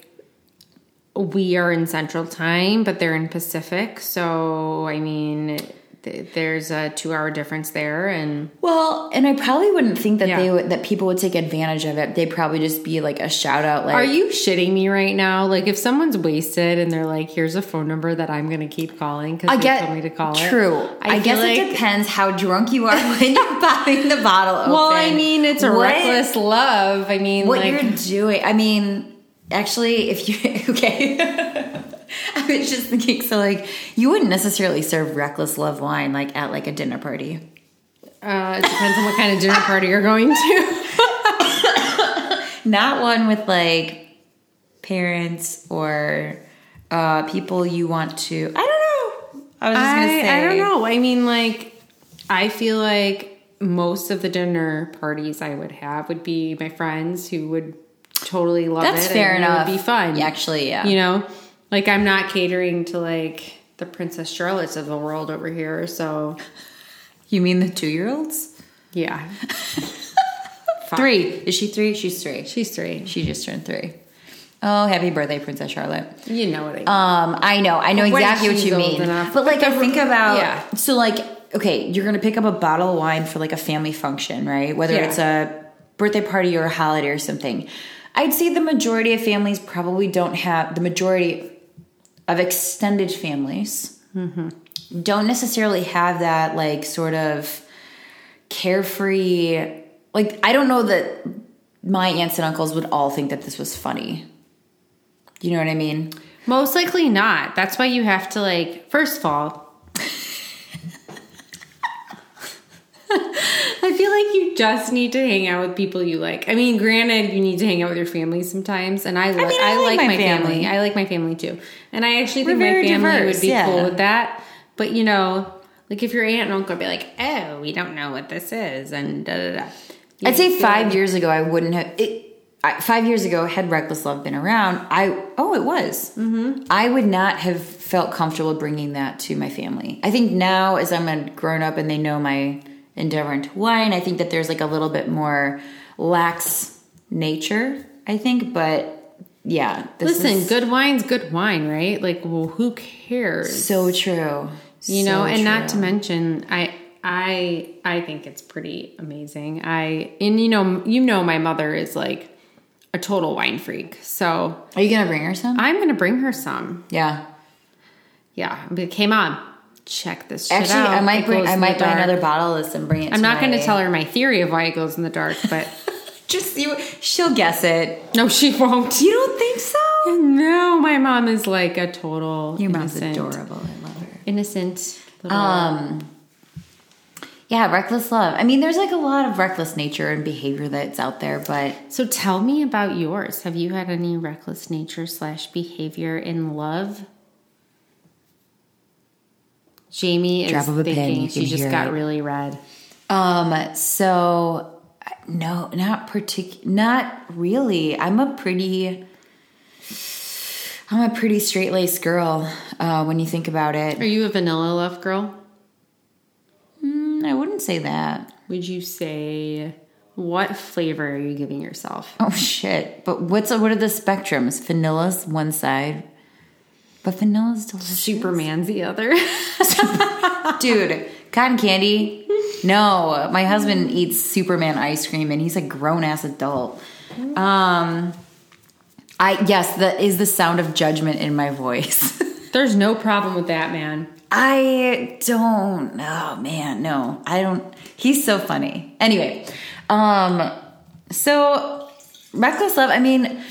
Speaker 2: we are in Central Time, but they're in Pacific. So I mean, th- there's a two-hour difference there, and
Speaker 1: Well, and I probably wouldn't think that
Speaker 2: Yeah.
Speaker 1: they would that people would take advantage of it. They'd probably just be like a shout out, like
Speaker 2: Are you shitting me right now? Like, if someone's wasted and they're like, "Here's a phone number that I'm going to keep calling because
Speaker 1: I
Speaker 2: they
Speaker 1: get
Speaker 2: told me to call it."
Speaker 1: True. I,
Speaker 2: feel
Speaker 1: guess it
Speaker 2: like-
Speaker 1: depends how drunk you are when you're popping the bottle open.
Speaker 2: Well, I mean, it's a
Speaker 1: What-
Speaker 2: reckless love. I mean,
Speaker 1: What
Speaker 2: like,
Speaker 1: you're doing. I mean, actually, if you okay. I was just thinking, so like you wouldn't necessarily serve reckless love wine like at like a dinner party.
Speaker 2: uh, it depends on what kind of dinner party you're going to.
Speaker 1: Not one with like parents or uh people you want to I don't know. I was just gonna say
Speaker 2: I, I don't know. I mean, like, I feel like most of the dinner parties I would have would be my friends who would totally love
Speaker 1: That's
Speaker 2: it.
Speaker 1: fair
Speaker 2: and
Speaker 1: enough.
Speaker 2: It would be fun.
Speaker 1: Yeah, actually, yeah.
Speaker 2: you know like i'm not catering to like the princess charlottes of the world over here so
Speaker 1: You mean the two year olds?
Speaker 2: yeah three
Speaker 1: Is she three? She's three.
Speaker 2: she's three
Speaker 1: She just turned three. Oh, happy birthday, Princess Charlotte.
Speaker 2: you know what i mean
Speaker 1: Um, I know, I know
Speaker 2: When
Speaker 1: exactly what
Speaker 2: she's
Speaker 1: you
Speaker 2: old
Speaker 1: mean.
Speaker 2: enough.
Speaker 1: But like, I think about
Speaker 2: Yeah.
Speaker 1: so like, okay, you're gonna pick up a bottle of wine for like a family function, right? Whether
Speaker 2: Yeah.
Speaker 1: it's a birthday party or a holiday or something. I'd say the majority of families probably don't have the majority of extended families
Speaker 2: Mm-hmm.
Speaker 1: don't necessarily have that like sort of carefree like I don't know that my aunts and uncles would all think that this was funny. You know what I mean?
Speaker 2: most likely not that's why you have to like first of all I feel like you just need to hang out with people you like. I mean, granted, you need to hang out with your family sometimes, and I, li- I,
Speaker 1: mean, I
Speaker 2: like, my family.
Speaker 1: family.
Speaker 2: I like my family too, and I actually think
Speaker 1: very
Speaker 2: my family
Speaker 1: diverse,
Speaker 2: would be
Speaker 1: yeah.
Speaker 2: cool with that. But you know, like if your aunt and uncle would be like, "Oh, we don't know what this is," and da da da. You
Speaker 1: I'd say
Speaker 2: feel
Speaker 1: five
Speaker 2: like-
Speaker 1: years ago, I wouldn't have. It, I, five years ago, had Reckless Love been around, I oh, it was. Mm-hmm. I would not have felt comfortable bringing that to my family. I think now, as I'm a grown up and they know my endeavor into wine, I think that there's like a little bit more lax nature. I think, but yeah, this
Speaker 2: Listen,
Speaker 1: is
Speaker 2: good wine's good wine, right? Like, well, who cares?
Speaker 1: so true.
Speaker 2: you
Speaker 1: So
Speaker 2: know and not to
Speaker 1: true.
Speaker 2: mention i i i think it's pretty amazing i and you know you know my mother is like a total wine freak so
Speaker 1: Are you gonna bring her some?
Speaker 2: i'm gonna bring her some
Speaker 1: yeah.
Speaker 2: yeah but came on check this shit
Speaker 1: Actually,
Speaker 2: out.
Speaker 1: I might
Speaker 2: It
Speaker 1: bring.
Speaker 2: goes
Speaker 1: I
Speaker 2: in the
Speaker 1: might buy
Speaker 2: dark.
Speaker 1: another bottle of this and bring it.
Speaker 2: i'm
Speaker 1: to
Speaker 2: not
Speaker 1: my-
Speaker 2: gonna tell her my theory of why it goes in the dark but
Speaker 1: Just see. What, she'll guess it.
Speaker 2: no she won't
Speaker 1: You don't think so?
Speaker 2: no my mom is like a total
Speaker 1: Your mom's
Speaker 2: innocent,
Speaker 1: adorable. I love her.
Speaker 2: innocent little
Speaker 1: Um, yeah, reckless love. I mean, there's like a lot of reckless nature and behavior that's out there, but
Speaker 2: So tell me about yours. Have you had any reckless nature slash behavior in love? Jamie is
Speaker 1: Drop of a pin,
Speaker 2: thinking
Speaker 1: you
Speaker 2: she
Speaker 1: can
Speaker 2: just
Speaker 1: hear
Speaker 2: got
Speaker 1: it.
Speaker 2: really red.
Speaker 1: um, so I- no, not partic, not really. I'm a pretty, I'm a pretty straight laced girl. Uh, when you think about
Speaker 2: Are
Speaker 1: it,
Speaker 2: you a vanilla love girl?
Speaker 1: Mm, I wouldn't say that.
Speaker 2: Would you say what flavor are you giving yourself?
Speaker 1: Oh shit! But what's what are the spectrums? Vanilla's one side, but vanilla's delicious.
Speaker 2: Superman's the other.
Speaker 1: Dude, cotton candy, No, my husband eats Superman ice cream, and he's a grown ass adult. Um, I yes, that is the sound of judgment in my voice.
Speaker 2: There's no problem with that, man.
Speaker 1: I don't. Oh man, no, I don't. He's so funny. Anyway, um, so reckless love. I mean,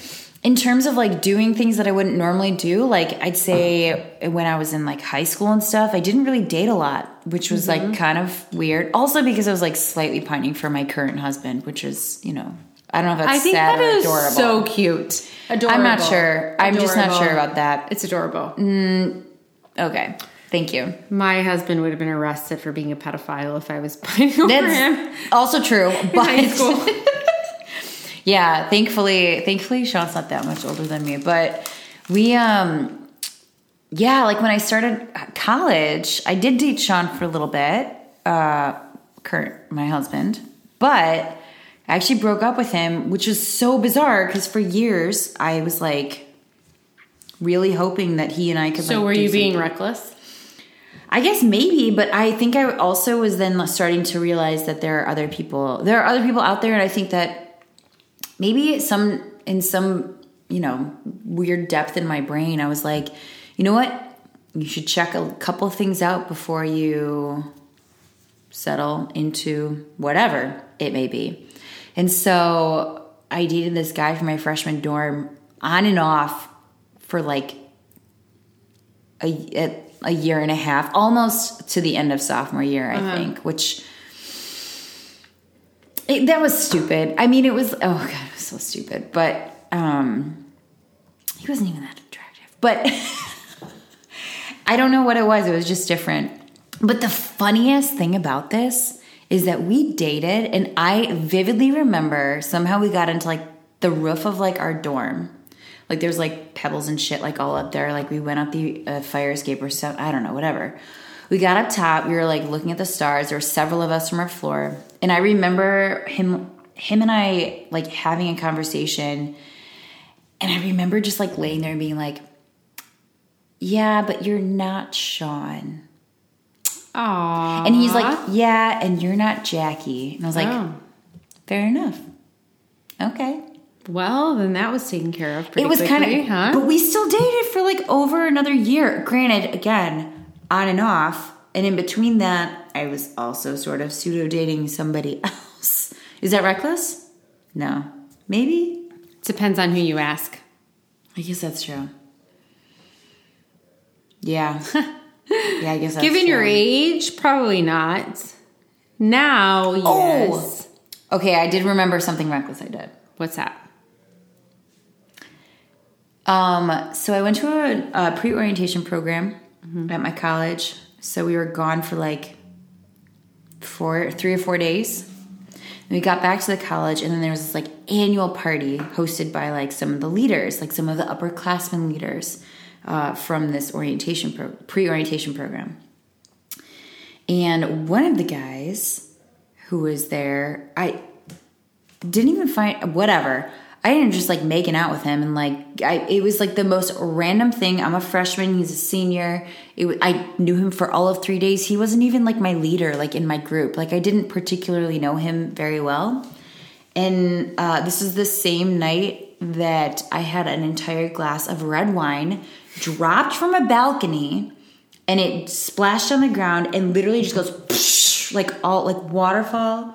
Speaker 1: in terms of like doing things that I wouldn't normally do, like I'd say when I was in like high school and stuff, I didn't really date a lot, which was
Speaker 2: Mm-hmm.
Speaker 1: like kind of weird. Also because I was like slightly pining for my current husband, which is you know I don't know if that's
Speaker 2: I think
Speaker 1: sad
Speaker 2: that
Speaker 1: or
Speaker 2: is
Speaker 1: adorable.
Speaker 2: so cute. Adorable.
Speaker 1: I'm not sure. I'm just not
Speaker 2: Adorable.
Speaker 1: sure about that.
Speaker 2: It's adorable.
Speaker 1: Okay, thank you.
Speaker 2: My husband would have been arrested for being a pedophile if I was pining over him
Speaker 1: That's also true,
Speaker 2: in high
Speaker 1: but.
Speaker 2: school.
Speaker 1: Yeah, thankfully, thankfully Sean's not that much older than me, but we um yeah, like when I started college, I did date Sean for a little bit, uh Kurt, my husband, but I actually broke up with him, which was so bizarre cuz for years I was like really hoping that he and I could
Speaker 2: so
Speaker 1: like
Speaker 2: were
Speaker 1: do
Speaker 2: you
Speaker 1: something.
Speaker 2: being reckless?
Speaker 1: I guess maybe, but I think I also was then starting to realize that there are other people. There are other people out there, and I think that maybe some in some you know weird depth in my brain, I was like, you know what, you should check a couple things out before you settle into whatever it may be. And so I dated this guy from my freshman dorm on and off for like a, a, a year and a half, almost to the end of sophomore year, I think, which it, that was stupid. I mean, it was, oh God, it was so stupid, but um, he wasn't even that attractive, but I don't know what it was. It was just different. But the funniest thing about this is that we dated, and I vividly remember somehow we got into like the roof of like our dorm. Like there's like pebbles and shit like all up there. Like we went up the uh, fire escape or something. I don't know, whatever. We got up top. We were like looking at the stars. There were several of us from our floor, and I remember him, him and I like having a conversation. And I remember just like laying there and being like, "Yeah, but you're not Sean."
Speaker 2: Aww.
Speaker 1: And he's like, Yeah, and you're not Jackie. And I was like,
Speaker 2: Oh.
Speaker 1: Fair enough. Okay.
Speaker 2: well, then that was taken care of pretty
Speaker 1: it was kind
Speaker 2: quickly,
Speaker 1: of,
Speaker 2: huh?
Speaker 1: but we still dated for like over another year. Granted, again, on and off. And in between that, I was also sort of pseudo dating somebody else. Is that reckless? No. Maybe?
Speaker 2: Depends on who you ask.
Speaker 1: I guess that's true. Yeah. yeah, I guess that's
Speaker 2: Given your
Speaker 1: true.
Speaker 2: age, probably not. Now, yes.
Speaker 1: Okay, I did remember something reckless I did.
Speaker 2: What's that?
Speaker 1: Um, so I went to a, a pre orientation program at my college. So we were gone for like four, three or four days. And we got back to the college, and then there was this like annual party hosted by like some of the leaders, like some of the upperclassmen leaders uh, from this orientation pro- pre orientation program. And one of the guys who was there, I didn't even find whatever. I didn't just like making out with him and like I, it was like the most random thing. I'm a freshman, he's a senior. It, wa- I knew him for all of three days. He wasn't even like my leader, like in my group. Like I didn't particularly know him very well. And uh, this is the same night that I had an entire glass of red wine dropped from a balcony and it splashed on the ground and literally just goes like all like waterfall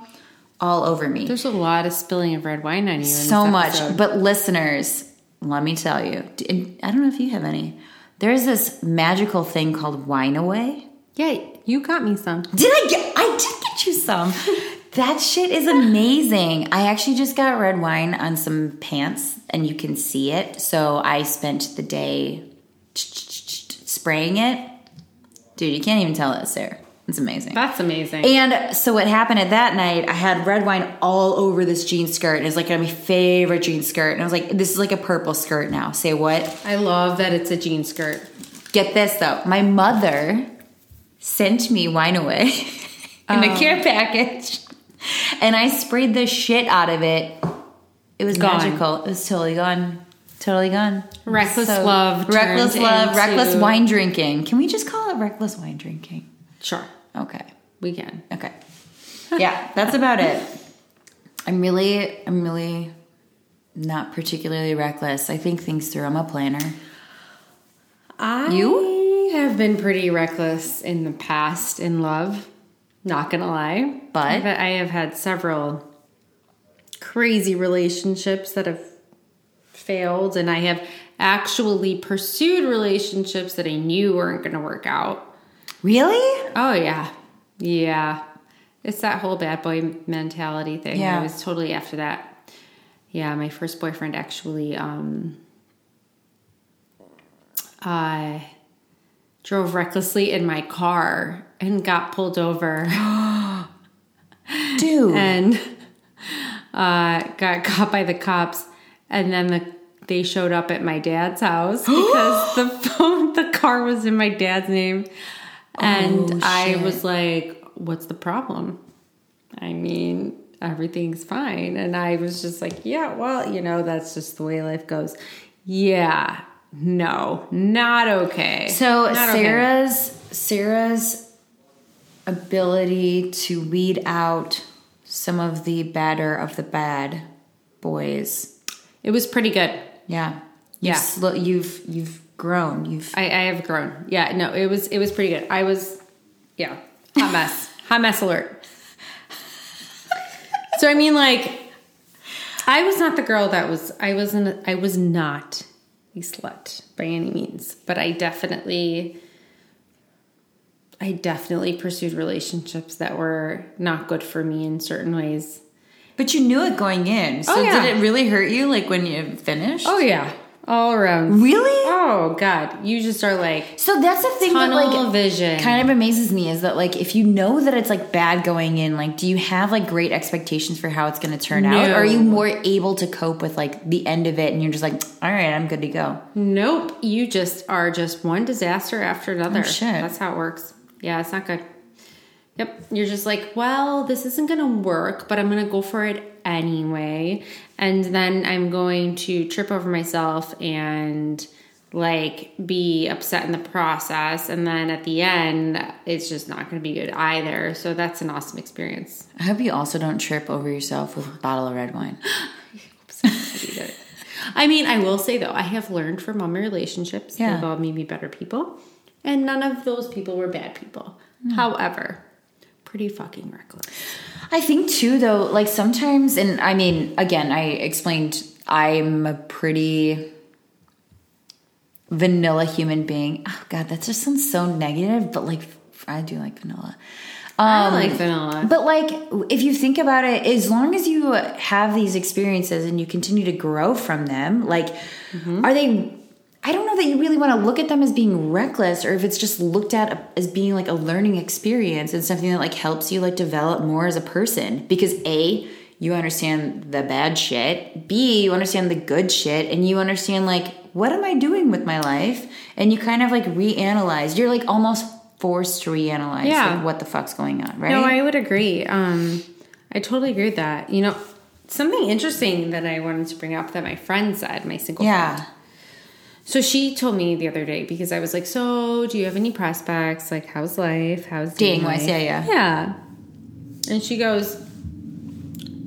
Speaker 1: all over me
Speaker 2: There's a lot of spilling of red wine on you. in this
Speaker 1: so much.
Speaker 2: episode.
Speaker 1: But listeners, let me tell you, d- and I don't know if you have any. There's this magical thing called wine away.
Speaker 2: Yeah, you got me some.
Speaker 1: Did I get? I did get you some. that shit is amazing. I actually just got red wine on some pants, and you can see it. So I spent the day spraying it. Dude, you can't even tell it's there. It's amazing.
Speaker 2: That's amazing.
Speaker 1: And so what happened at that night, I had red wine all over this jean skirt. And it was like my favorite jean skirt. And I was like, this is like a purple skirt now. Say what?
Speaker 2: I love that it's a jean skirt.
Speaker 1: Get this though. My mother sent me wine away in
Speaker 2: Oh.
Speaker 1: a care package. And I sprayed the shit out of it. It was
Speaker 2: Gone.
Speaker 1: magical. It was totally gone. Totally gone.
Speaker 2: Reckless love
Speaker 1: Reckless
Speaker 2: turned
Speaker 1: love. Reckless
Speaker 2: into-
Speaker 1: wine drinking. Can we just call it reckless wine drinking?
Speaker 2: Sure,
Speaker 1: Okay.
Speaker 2: we can.
Speaker 1: Okay. yeah, that's about it. I'm really, I'm really not particularly reckless. I think things through. I'm a planner.
Speaker 2: I have been pretty reckless in the past in love. Not gonna lie,
Speaker 1: But?
Speaker 2: But I have had several crazy relationships that have failed, and I have actually pursued relationships that I knew weren't gonna work out.
Speaker 1: Really?
Speaker 2: Oh yeah, yeah. It's that whole bad boy mentality thing.
Speaker 1: Yeah.
Speaker 2: I was totally after that. Yeah, my first boyfriend actually, um, I drove recklessly in my car and got pulled over
Speaker 1: Dude.
Speaker 2: and uh, got caught by the cops. And then the, they showed up at my dad's house because the phone, the car was in my dad's name. And
Speaker 1: Oh,
Speaker 2: I
Speaker 1: shit.
Speaker 2: was like, what's the problem? I mean, everything's fine. And I was just like, yeah, well, you know, that's just the way life goes. Yeah, no, not okay.
Speaker 1: So
Speaker 2: Not okay.
Speaker 1: Sarah's Sarah's ability to weed out some of the badder of the bad boys.
Speaker 2: it was pretty good.
Speaker 1: Yeah.
Speaker 2: Yeah.
Speaker 1: You've sl- you've you've grown. You've
Speaker 2: I, I have grown. Yeah, no, it was it was pretty good. I was, yeah, hot mess, hot mess alert. so I mean, like, I was not the girl that was. I wasn't. I was not a slut by any means, but I definitely, I definitely pursued relationships that were not good for me in certain ways.
Speaker 1: But you knew it going in. So
Speaker 2: Oh, yeah.
Speaker 1: did it really hurt you like when you finished?
Speaker 2: Oh yeah, all around.
Speaker 1: Really?
Speaker 2: Oh god, you just are like
Speaker 1: So that's the thing that
Speaker 2: tunnel
Speaker 1: like
Speaker 2: vision.
Speaker 1: kind of amazes me is that like if you know that it's like bad going in, like do you have like great expectations for how it's going to turn out?
Speaker 2: No.
Speaker 1: Or are you more able to cope with like the end of it and you're just like, all right, I'm good to go.
Speaker 2: Nope. You just are just one disaster after another.
Speaker 1: Oh, shit.
Speaker 2: That's how it works. Yeah, it's not good. Yep. You're just like, well, this isn't going to work, but I'm going to go for it anyway. And then I'm going to trip over myself and like be upset in the process. And then at the end, it's just not going to be good either. So that's an awesome experience.
Speaker 1: I hope you also don't trip over yourself with a bottle of red wine.
Speaker 2: I mean, I will say though, I have learned from all my relationships.
Speaker 1: Yeah.
Speaker 2: They've all made me better people. And none of those people were bad people. However, pretty fucking reckless.
Speaker 1: I think too though, like sometimes and I mean, again, I explained I'm a pretty vanilla human being. Oh god, that just sounds so negative, but like I do like vanilla. Um,
Speaker 2: I like vanilla.
Speaker 1: But like, if you think about it, as long as you have these experiences and you continue to grow from them, like,
Speaker 2: Mm-hmm.
Speaker 1: are they? I don't know that you really want to look at them as being reckless, or if it's just looked at as being like a learning experience and something that like helps you like develop more as a person. Because a, you understand the bad shit. B, you understand the good shit, and you understand like what am I doing with my life, and you kind of like reanalyze. You're like almost forced to reanalyze
Speaker 2: Yeah.
Speaker 1: like what the fuck's going on, right?
Speaker 2: No, I would agree. Um, I totally agree with that. You know, something interesting that I wanted to bring up that my friend said, my single friend.
Speaker 1: Yeah.
Speaker 2: So she told me the other day because I was like, "So, do you have any prospects? Like, how's life? How's
Speaker 1: Dating
Speaker 2: life?"
Speaker 1: wise, yeah, yeah.
Speaker 2: yeah." And she goes,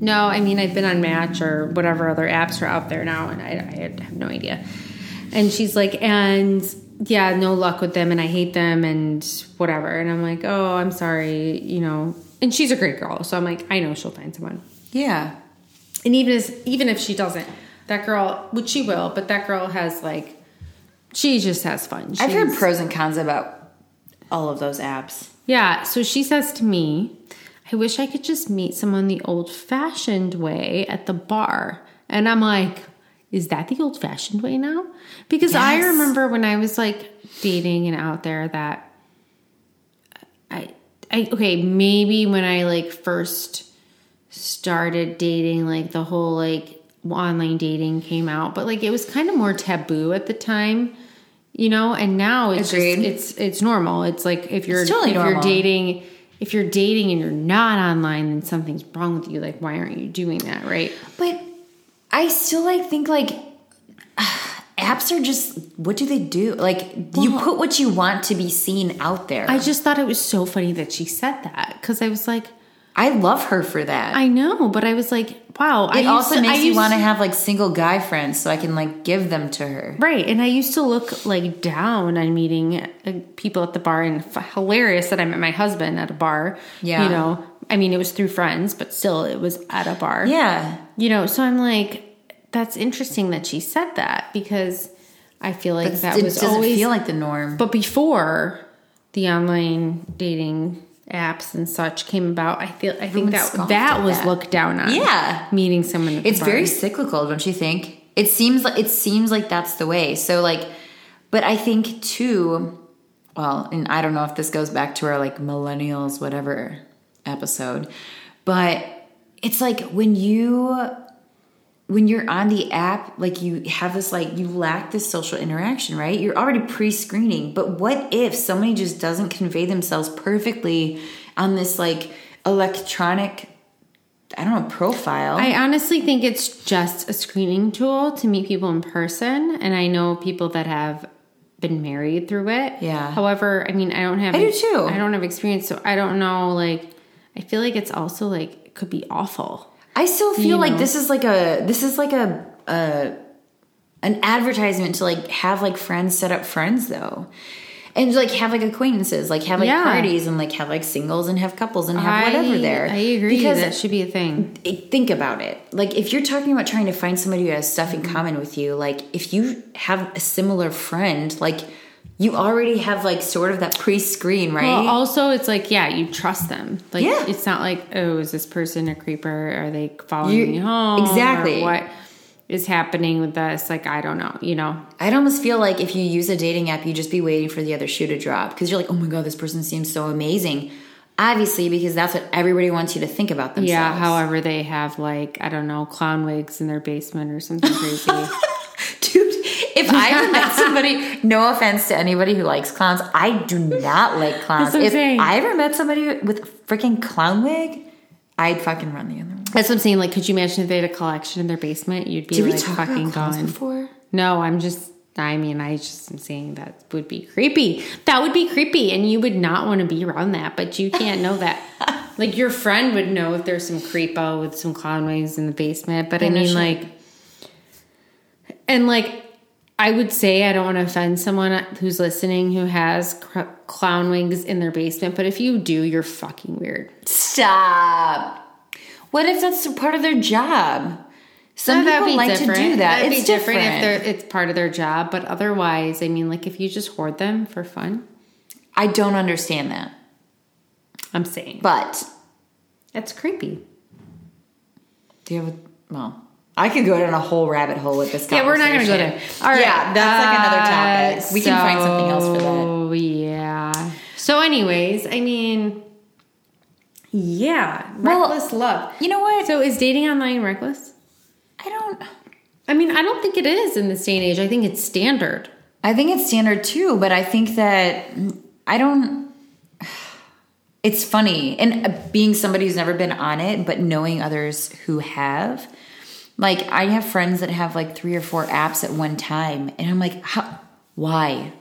Speaker 2: "No, I mean I've been on Match or whatever other apps are out there now, and I, I have no idea." And she's like, "And yeah, no luck with them, and I hate them, and whatever." And I'm like, "Oh, I'm sorry, you know." And she's a great girl, so I'm like, "I know she'll find someone."
Speaker 1: Yeah.
Speaker 2: and even as even if she doesn't, that girl, which she will, but that girl has like, she just has fun.
Speaker 1: I've heard
Speaker 2: She's-
Speaker 1: pros and cons about all of those apps.
Speaker 2: yeah. So she says to me, "I wish I could just meet someone the old-fashioned way at the bar," and I'm like. Is that the old fashioned way now? Because I
Speaker 1: Yes.
Speaker 2: remember when I was like dating and out there that I, I okay, maybe when I like first started dating, like the whole like online dating came out, but like it was kind of more taboo at the time, you know. And now it's
Speaker 1: Agreed.
Speaker 2: just it's it's normal. It's like if you're
Speaker 1: It's totally
Speaker 2: if
Speaker 1: normal.
Speaker 2: you're dating if you're dating and you're not online, then something's wrong with you. Like why aren't you doing that, right?
Speaker 1: But I still like think like apps are just what do they do? Like you put what you want to be seen out there.
Speaker 2: I just thought it was so funny that she said that because I was like,
Speaker 1: I love her for that.
Speaker 2: I know, but I was like, wow. I
Speaker 1: it
Speaker 2: used
Speaker 1: also
Speaker 2: to- I
Speaker 1: makes you
Speaker 2: used
Speaker 1: want to have like single guy friends so I can like give them to her.
Speaker 2: Right, and I used to look like down on meeting uh, people at the bar, and f- hilarious that I met my husband at a bar.
Speaker 1: Yeah.
Speaker 2: you know, I mean, it was through friends, but still, it was at a bar.
Speaker 1: Yeah.
Speaker 2: you know, so I'm like, that's interesting that she said that because I feel like that
Speaker 1: it
Speaker 2: was
Speaker 1: doesn't
Speaker 2: always.
Speaker 1: feel like the norm.
Speaker 2: but before the online dating apps and such came about, I feel I think
Speaker 1: Everyone
Speaker 2: that
Speaker 1: scoffed
Speaker 2: that
Speaker 1: at
Speaker 2: was
Speaker 1: that.
Speaker 2: looked down on.
Speaker 1: Yeah.
Speaker 2: meeting someone. At the
Speaker 1: It's very
Speaker 2: bar.
Speaker 1: cyclical, don't you think? It seems like it seems like that's the way. So like but I think too well, and I don't know if this goes back to our like millennials whatever episode, but it's like when you when you're on the app, like you have this like you lack this social interaction, right? You're already pre-screening, but what if somebody just doesn't convey themselves perfectly on this like electronic I don't know profile?
Speaker 2: I honestly think it's just a screening tool to meet people in person, and I know people that have been married through it.
Speaker 1: Yeah.
Speaker 2: However, I mean, I don't have.
Speaker 1: I do too.
Speaker 2: I don't have experience, so I don't know. Like, I feel like it's also like it could be awful.
Speaker 1: I still feel
Speaker 2: You
Speaker 1: like
Speaker 2: know.
Speaker 1: this is like a this is like a, a an advertisement to like have like friends set up friends though. And like have like acquaintances, like have like
Speaker 2: Yeah.
Speaker 1: parties and like have like singles and have couples and have
Speaker 2: I-
Speaker 1: whatever there.
Speaker 2: I agree.
Speaker 1: Because
Speaker 2: that should be a thing.
Speaker 1: it- think about it. Like if you're talking about trying to find somebody who has stuff in
Speaker 2: Mm-hmm.
Speaker 1: common with you, like if you have a similar friend, like you already have like sort of that pre-screen, right?
Speaker 2: Well, also, it's like yeah, you trust them. Like,
Speaker 1: Yeah.
Speaker 2: it's not like oh, is this person a creeper? Are they following
Speaker 1: You-
Speaker 2: me home? Or
Speaker 1: Exactly.
Speaker 2: what is happening with this? Like, I don't know. You know,
Speaker 1: I'd almost feel like if you use a dating app, you just be waiting for the other shoe to drop because you're like, oh my god, this person seems so amazing. Obviously, because that's what everybody wants you to think about themselves.
Speaker 2: Yeah, however, they have like, I don't know, clown wigs in their basement or something crazy.
Speaker 1: dude, if I ever met somebody, no offense to anybody who likes clowns, I do not like clowns.
Speaker 2: That's what I'm
Speaker 1: if
Speaker 2: saying.
Speaker 1: I ever met somebody with a freaking clown wig, I'd fucking run the other way.
Speaker 2: That's what I'm saying. Like, could you imagine if they had a collection in their basement? You'd be
Speaker 1: Did
Speaker 2: like
Speaker 1: we talk
Speaker 2: fucking
Speaker 1: about clowns
Speaker 2: gone.
Speaker 1: before?
Speaker 2: No, I'm just, I mean, I just am saying that would be creepy. That would be creepy, and you would not want to be around that, but you can't know that. like, your friend would know if there's some creepo with some clown wigs in the basement, but I
Speaker 1: Yeah, no
Speaker 2: mean,
Speaker 1: shit.
Speaker 2: like, and like, I would say I don't want to offend someone who's listening who has cr- clown wigs in their basement, but if you do, you're fucking weird.
Speaker 1: Stop. What if that's a part of their job? Some
Speaker 2: No, that'd
Speaker 1: people
Speaker 2: be
Speaker 1: like
Speaker 2: different.
Speaker 1: to do that.
Speaker 2: That'd
Speaker 1: it's
Speaker 2: be different,
Speaker 1: different.
Speaker 2: if they're, it's part of their job, but otherwise, I mean, like if you just hoard them for fun,
Speaker 1: I don't understand that.
Speaker 2: I'm saying
Speaker 1: But
Speaker 2: that's creepy.
Speaker 1: do you have a well? I could go down a whole rabbit hole with this.
Speaker 2: Yeah, we're not gonna go there.
Speaker 1: conversation.
Speaker 2: All right,
Speaker 1: yeah, that's like another topic. We can find something else for that.
Speaker 2: Oh yeah. So, anyways, I mean, yeah,
Speaker 1: Well,
Speaker 2: reckless love.
Speaker 1: You know what?
Speaker 2: So, is dating online reckless?
Speaker 1: I don't.
Speaker 2: I mean, I don't think it is in this day and age. I think it's standard.
Speaker 1: I think it's standard too, but I think that I don't. It's funny, and uh, being somebody who's never been on it, but knowing others who have, like I have friends that have like three or four apps at one time, and I'm like, how, why?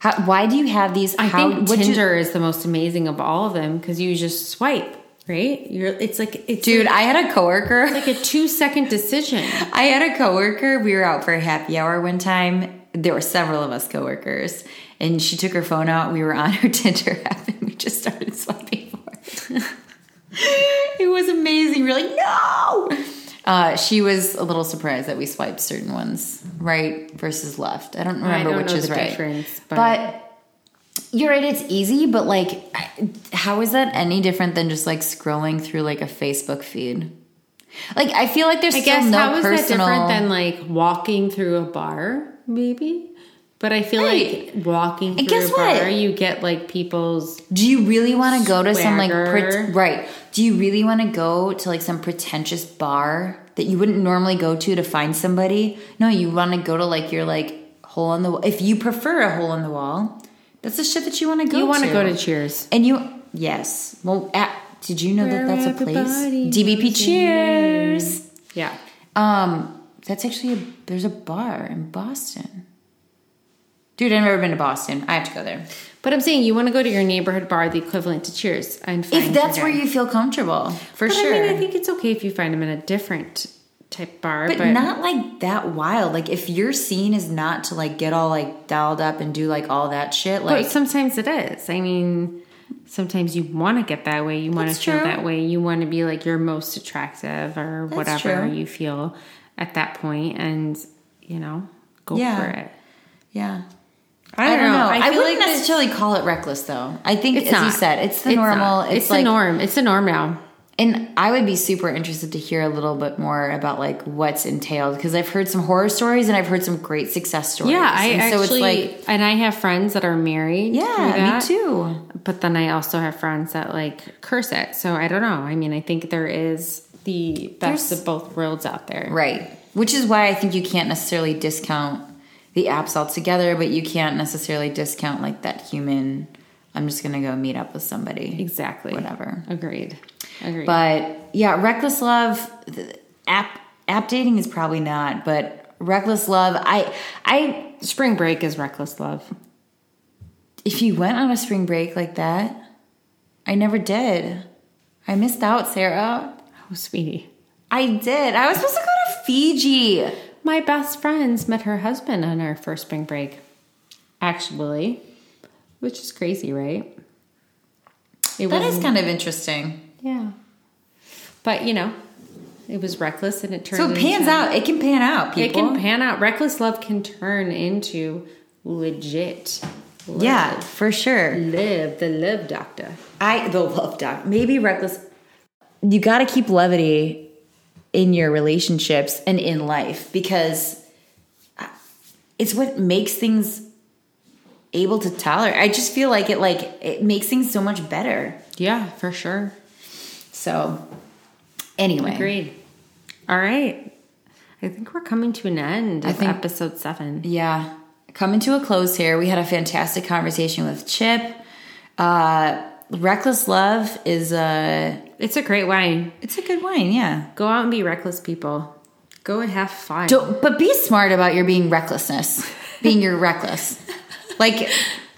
Speaker 1: How, why do you have these?
Speaker 2: I
Speaker 1: how,
Speaker 2: think
Speaker 1: what'd you-
Speaker 2: Tinder is the most amazing of all of them because you just swipe, right? You're it's like it's
Speaker 1: dude, I had a coworker.
Speaker 2: like a two second decision.
Speaker 1: I had a coworker. We were out for a happy hour one time. There were several of us coworkers, and she took her phone out. We were on her Tinder app, and we just started swiping for it. it was amazing. We are like, no. Uh, she was a little surprised that we swiped certain ones, right versus left. I don't remember
Speaker 2: don't
Speaker 1: which
Speaker 2: know
Speaker 1: is
Speaker 2: the
Speaker 1: right.
Speaker 2: difference, but-
Speaker 1: but you're right. It's easy, but like, I- how is that any different than just like scrolling through like a Facebook feed? Like, I feel like there's
Speaker 2: I
Speaker 1: still
Speaker 2: guess
Speaker 1: no
Speaker 2: how is
Speaker 1: personal.
Speaker 2: that different than like walking through a bar, maybe? But I feel
Speaker 1: Right.
Speaker 2: like walking through
Speaker 1: guess
Speaker 2: a bar,
Speaker 1: what?
Speaker 2: you get like people's
Speaker 1: Do you really want to go to some like
Speaker 2: Swagger.
Speaker 1: pret- right? Do you really want to go to like some pretentious bar that you wouldn't normally go to to find somebody? No, you want to go to like your like hole in the wall. If you prefer a hole in the wall, that's the shit that you want to go.
Speaker 2: you
Speaker 1: want
Speaker 2: to go to Cheers.
Speaker 1: and you yes. Well, at, did you know
Speaker 2: Where
Speaker 1: that that's a place?
Speaker 2: everybody
Speaker 1: DBP
Speaker 2: knows your
Speaker 1: Cheers.
Speaker 2: Yeah.
Speaker 1: Um, that's actually a, there's a bar in Boston. Dude, I've never been to Boston. I have to go there.
Speaker 2: But I'm saying you want to go to your neighborhood bar, the equivalent to Cheers, and find
Speaker 1: If that's
Speaker 2: your
Speaker 1: where
Speaker 2: guy.
Speaker 1: you feel comfortable, for
Speaker 2: But
Speaker 1: sure.
Speaker 2: I mean, I think it's okay if you find them in a different type bar,
Speaker 1: but, not like that wild. Like if your scene is not to like get all like dialed up and do like all that shit,
Speaker 2: But
Speaker 1: like
Speaker 2: sometimes it is. I mean, sometimes you want to get that way. You want to
Speaker 1: That's
Speaker 2: feel
Speaker 1: true.
Speaker 2: that way. You want to be like your most attractive or whatever
Speaker 1: true.
Speaker 2: you feel at that point, and you know, go
Speaker 1: Yeah.
Speaker 2: for it.
Speaker 1: yeah.
Speaker 2: I don't, know.
Speaker 1: I,
Speaker 2: feel
Speaker 1: wouldn't
Speaker 2: like this-
Speaker 1: necessarily call it reckless though. I think
Speaker 2: It's
Speaker 1: as you
Speaker 2: not.
Speaker 1: said, it's the
Speaker 2: not.
Speaker 1: normal.
Speaker 2: It's,
Speaker 1: It's, like
Speaker 2: the norm. It's the norm now.
Speaker 1: And I would be super interested to hear a little bit more about like what's entailed because I've heard some horror stories and I've heard some great success stories.
Speaker 2: Yeah, I
Speaker 1: and
Speaker 2: actually,
Speaker 1: it's like
Speaker 2: and I have friends that are married. through
Speaker 1: yeah, me
Speaker 2: that.
Speaker 1: too.
Speaker 2: But then I also have friends that like curse it. So I don't know. I mean, I think there is the best
Speaker 1: There's-
Speaker 2: of both worlds out there.
Speaker 1: Right, which is why I think you can't necessarily discount the apps altogether, but you can't necessarily discount like that human. I'm just gonna go meet up with somebody.
Speaker 2: Exactly.
Speaker 1: Whatever.
Speaker 2: Agreed. Agreed.
Speaker 1: But yeah, reckless love the app app dating is probably not, but reckless love. I I
Speaker 2: spring break is reckless love.
Speaker 1: if you went on a spring break like that, I never did. I missed out, Sarah.
Speaker 2: Oh, sweetie.
Speaker 1: I did. I was supposed to go to Fiji.
Speaker 2: My best friends met her husband on our first spring break, actually, which is crazy, right? It
Speaker 1: That
Speaker 2: was,
Speaker 1: is kind of interesting.
Speaker 2: yeah. But you know, it was reckless, and it turned.
Speaker 1: So it pans
Speaker 2: into-
Speaker 1: out. It can pan out, people.
Speaker 2: It can pan out. Reckless love can turn into legit. Love.
Speaker 1: Yeah, for sure.
Speaker 2: live the love doctor.
Speaker 1: I the love doc. Maybe reckless. You got to keep levity in your relationships and in life because uh, it's what makes things able to tolerate. I just feel like it like it makes things so much better.
Speaker 2: Yeah, for sure.
Speaker 1: So, anyway,
Speaker 2: Agreed. All right. I think we're coming to an end
Speaker 1: I
Speaker 2: of
Speaker 1: think-
Speaker 2: episode seven.
Speaker 1: yeah, coming to a close here. We had a fantastic conversation with Chip. Uh, Reckless Love is a
Speaker 2: It's a great wine.
Speaker 1: it's a good wine, yeah.
Speaker 2: Go out and be reckless, people. Go and have fun.
Speaker 1: Don't, but be smart about your being recklessness, being your reckless. Like,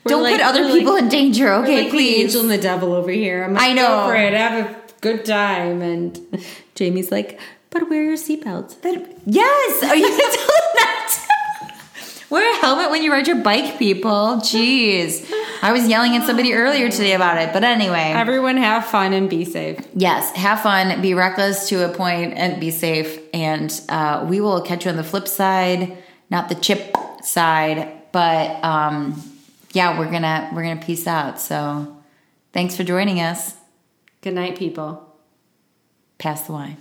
Speaker 1: don't
Speaker 2: like-
Speaker 1: put other
Speaker 2: we're
Speaker 1: people in danger.
Speaker 2: We're
Speaker 1: Okay,
Speaker 2: like The
Speaker 1: please.
Speaker 2: angel and the devil over here. I'm like,
Speaker 1: I know.
Speaker 2: Go for it. Have a good time. And Jamie's like, but wear your seatbelt.
Speaker 1: But- yes, are you gonna tell them that? Wear a helmet when you ride your bike, people. Jeez, I was yelling at somebody earlier today about it. But anyway,
Speaker 2: Everyone have fun and be safe.
Speaker 1: Yes, have fun, be reckless to a point, and be safe. And uh, we will catch you on the flip side, not the chip side. But um, yeah, we're gonna we're gonna peace out. So thanks for joining us.
Speaker 2: Good night, people.
Speaker 1: Pass the wine.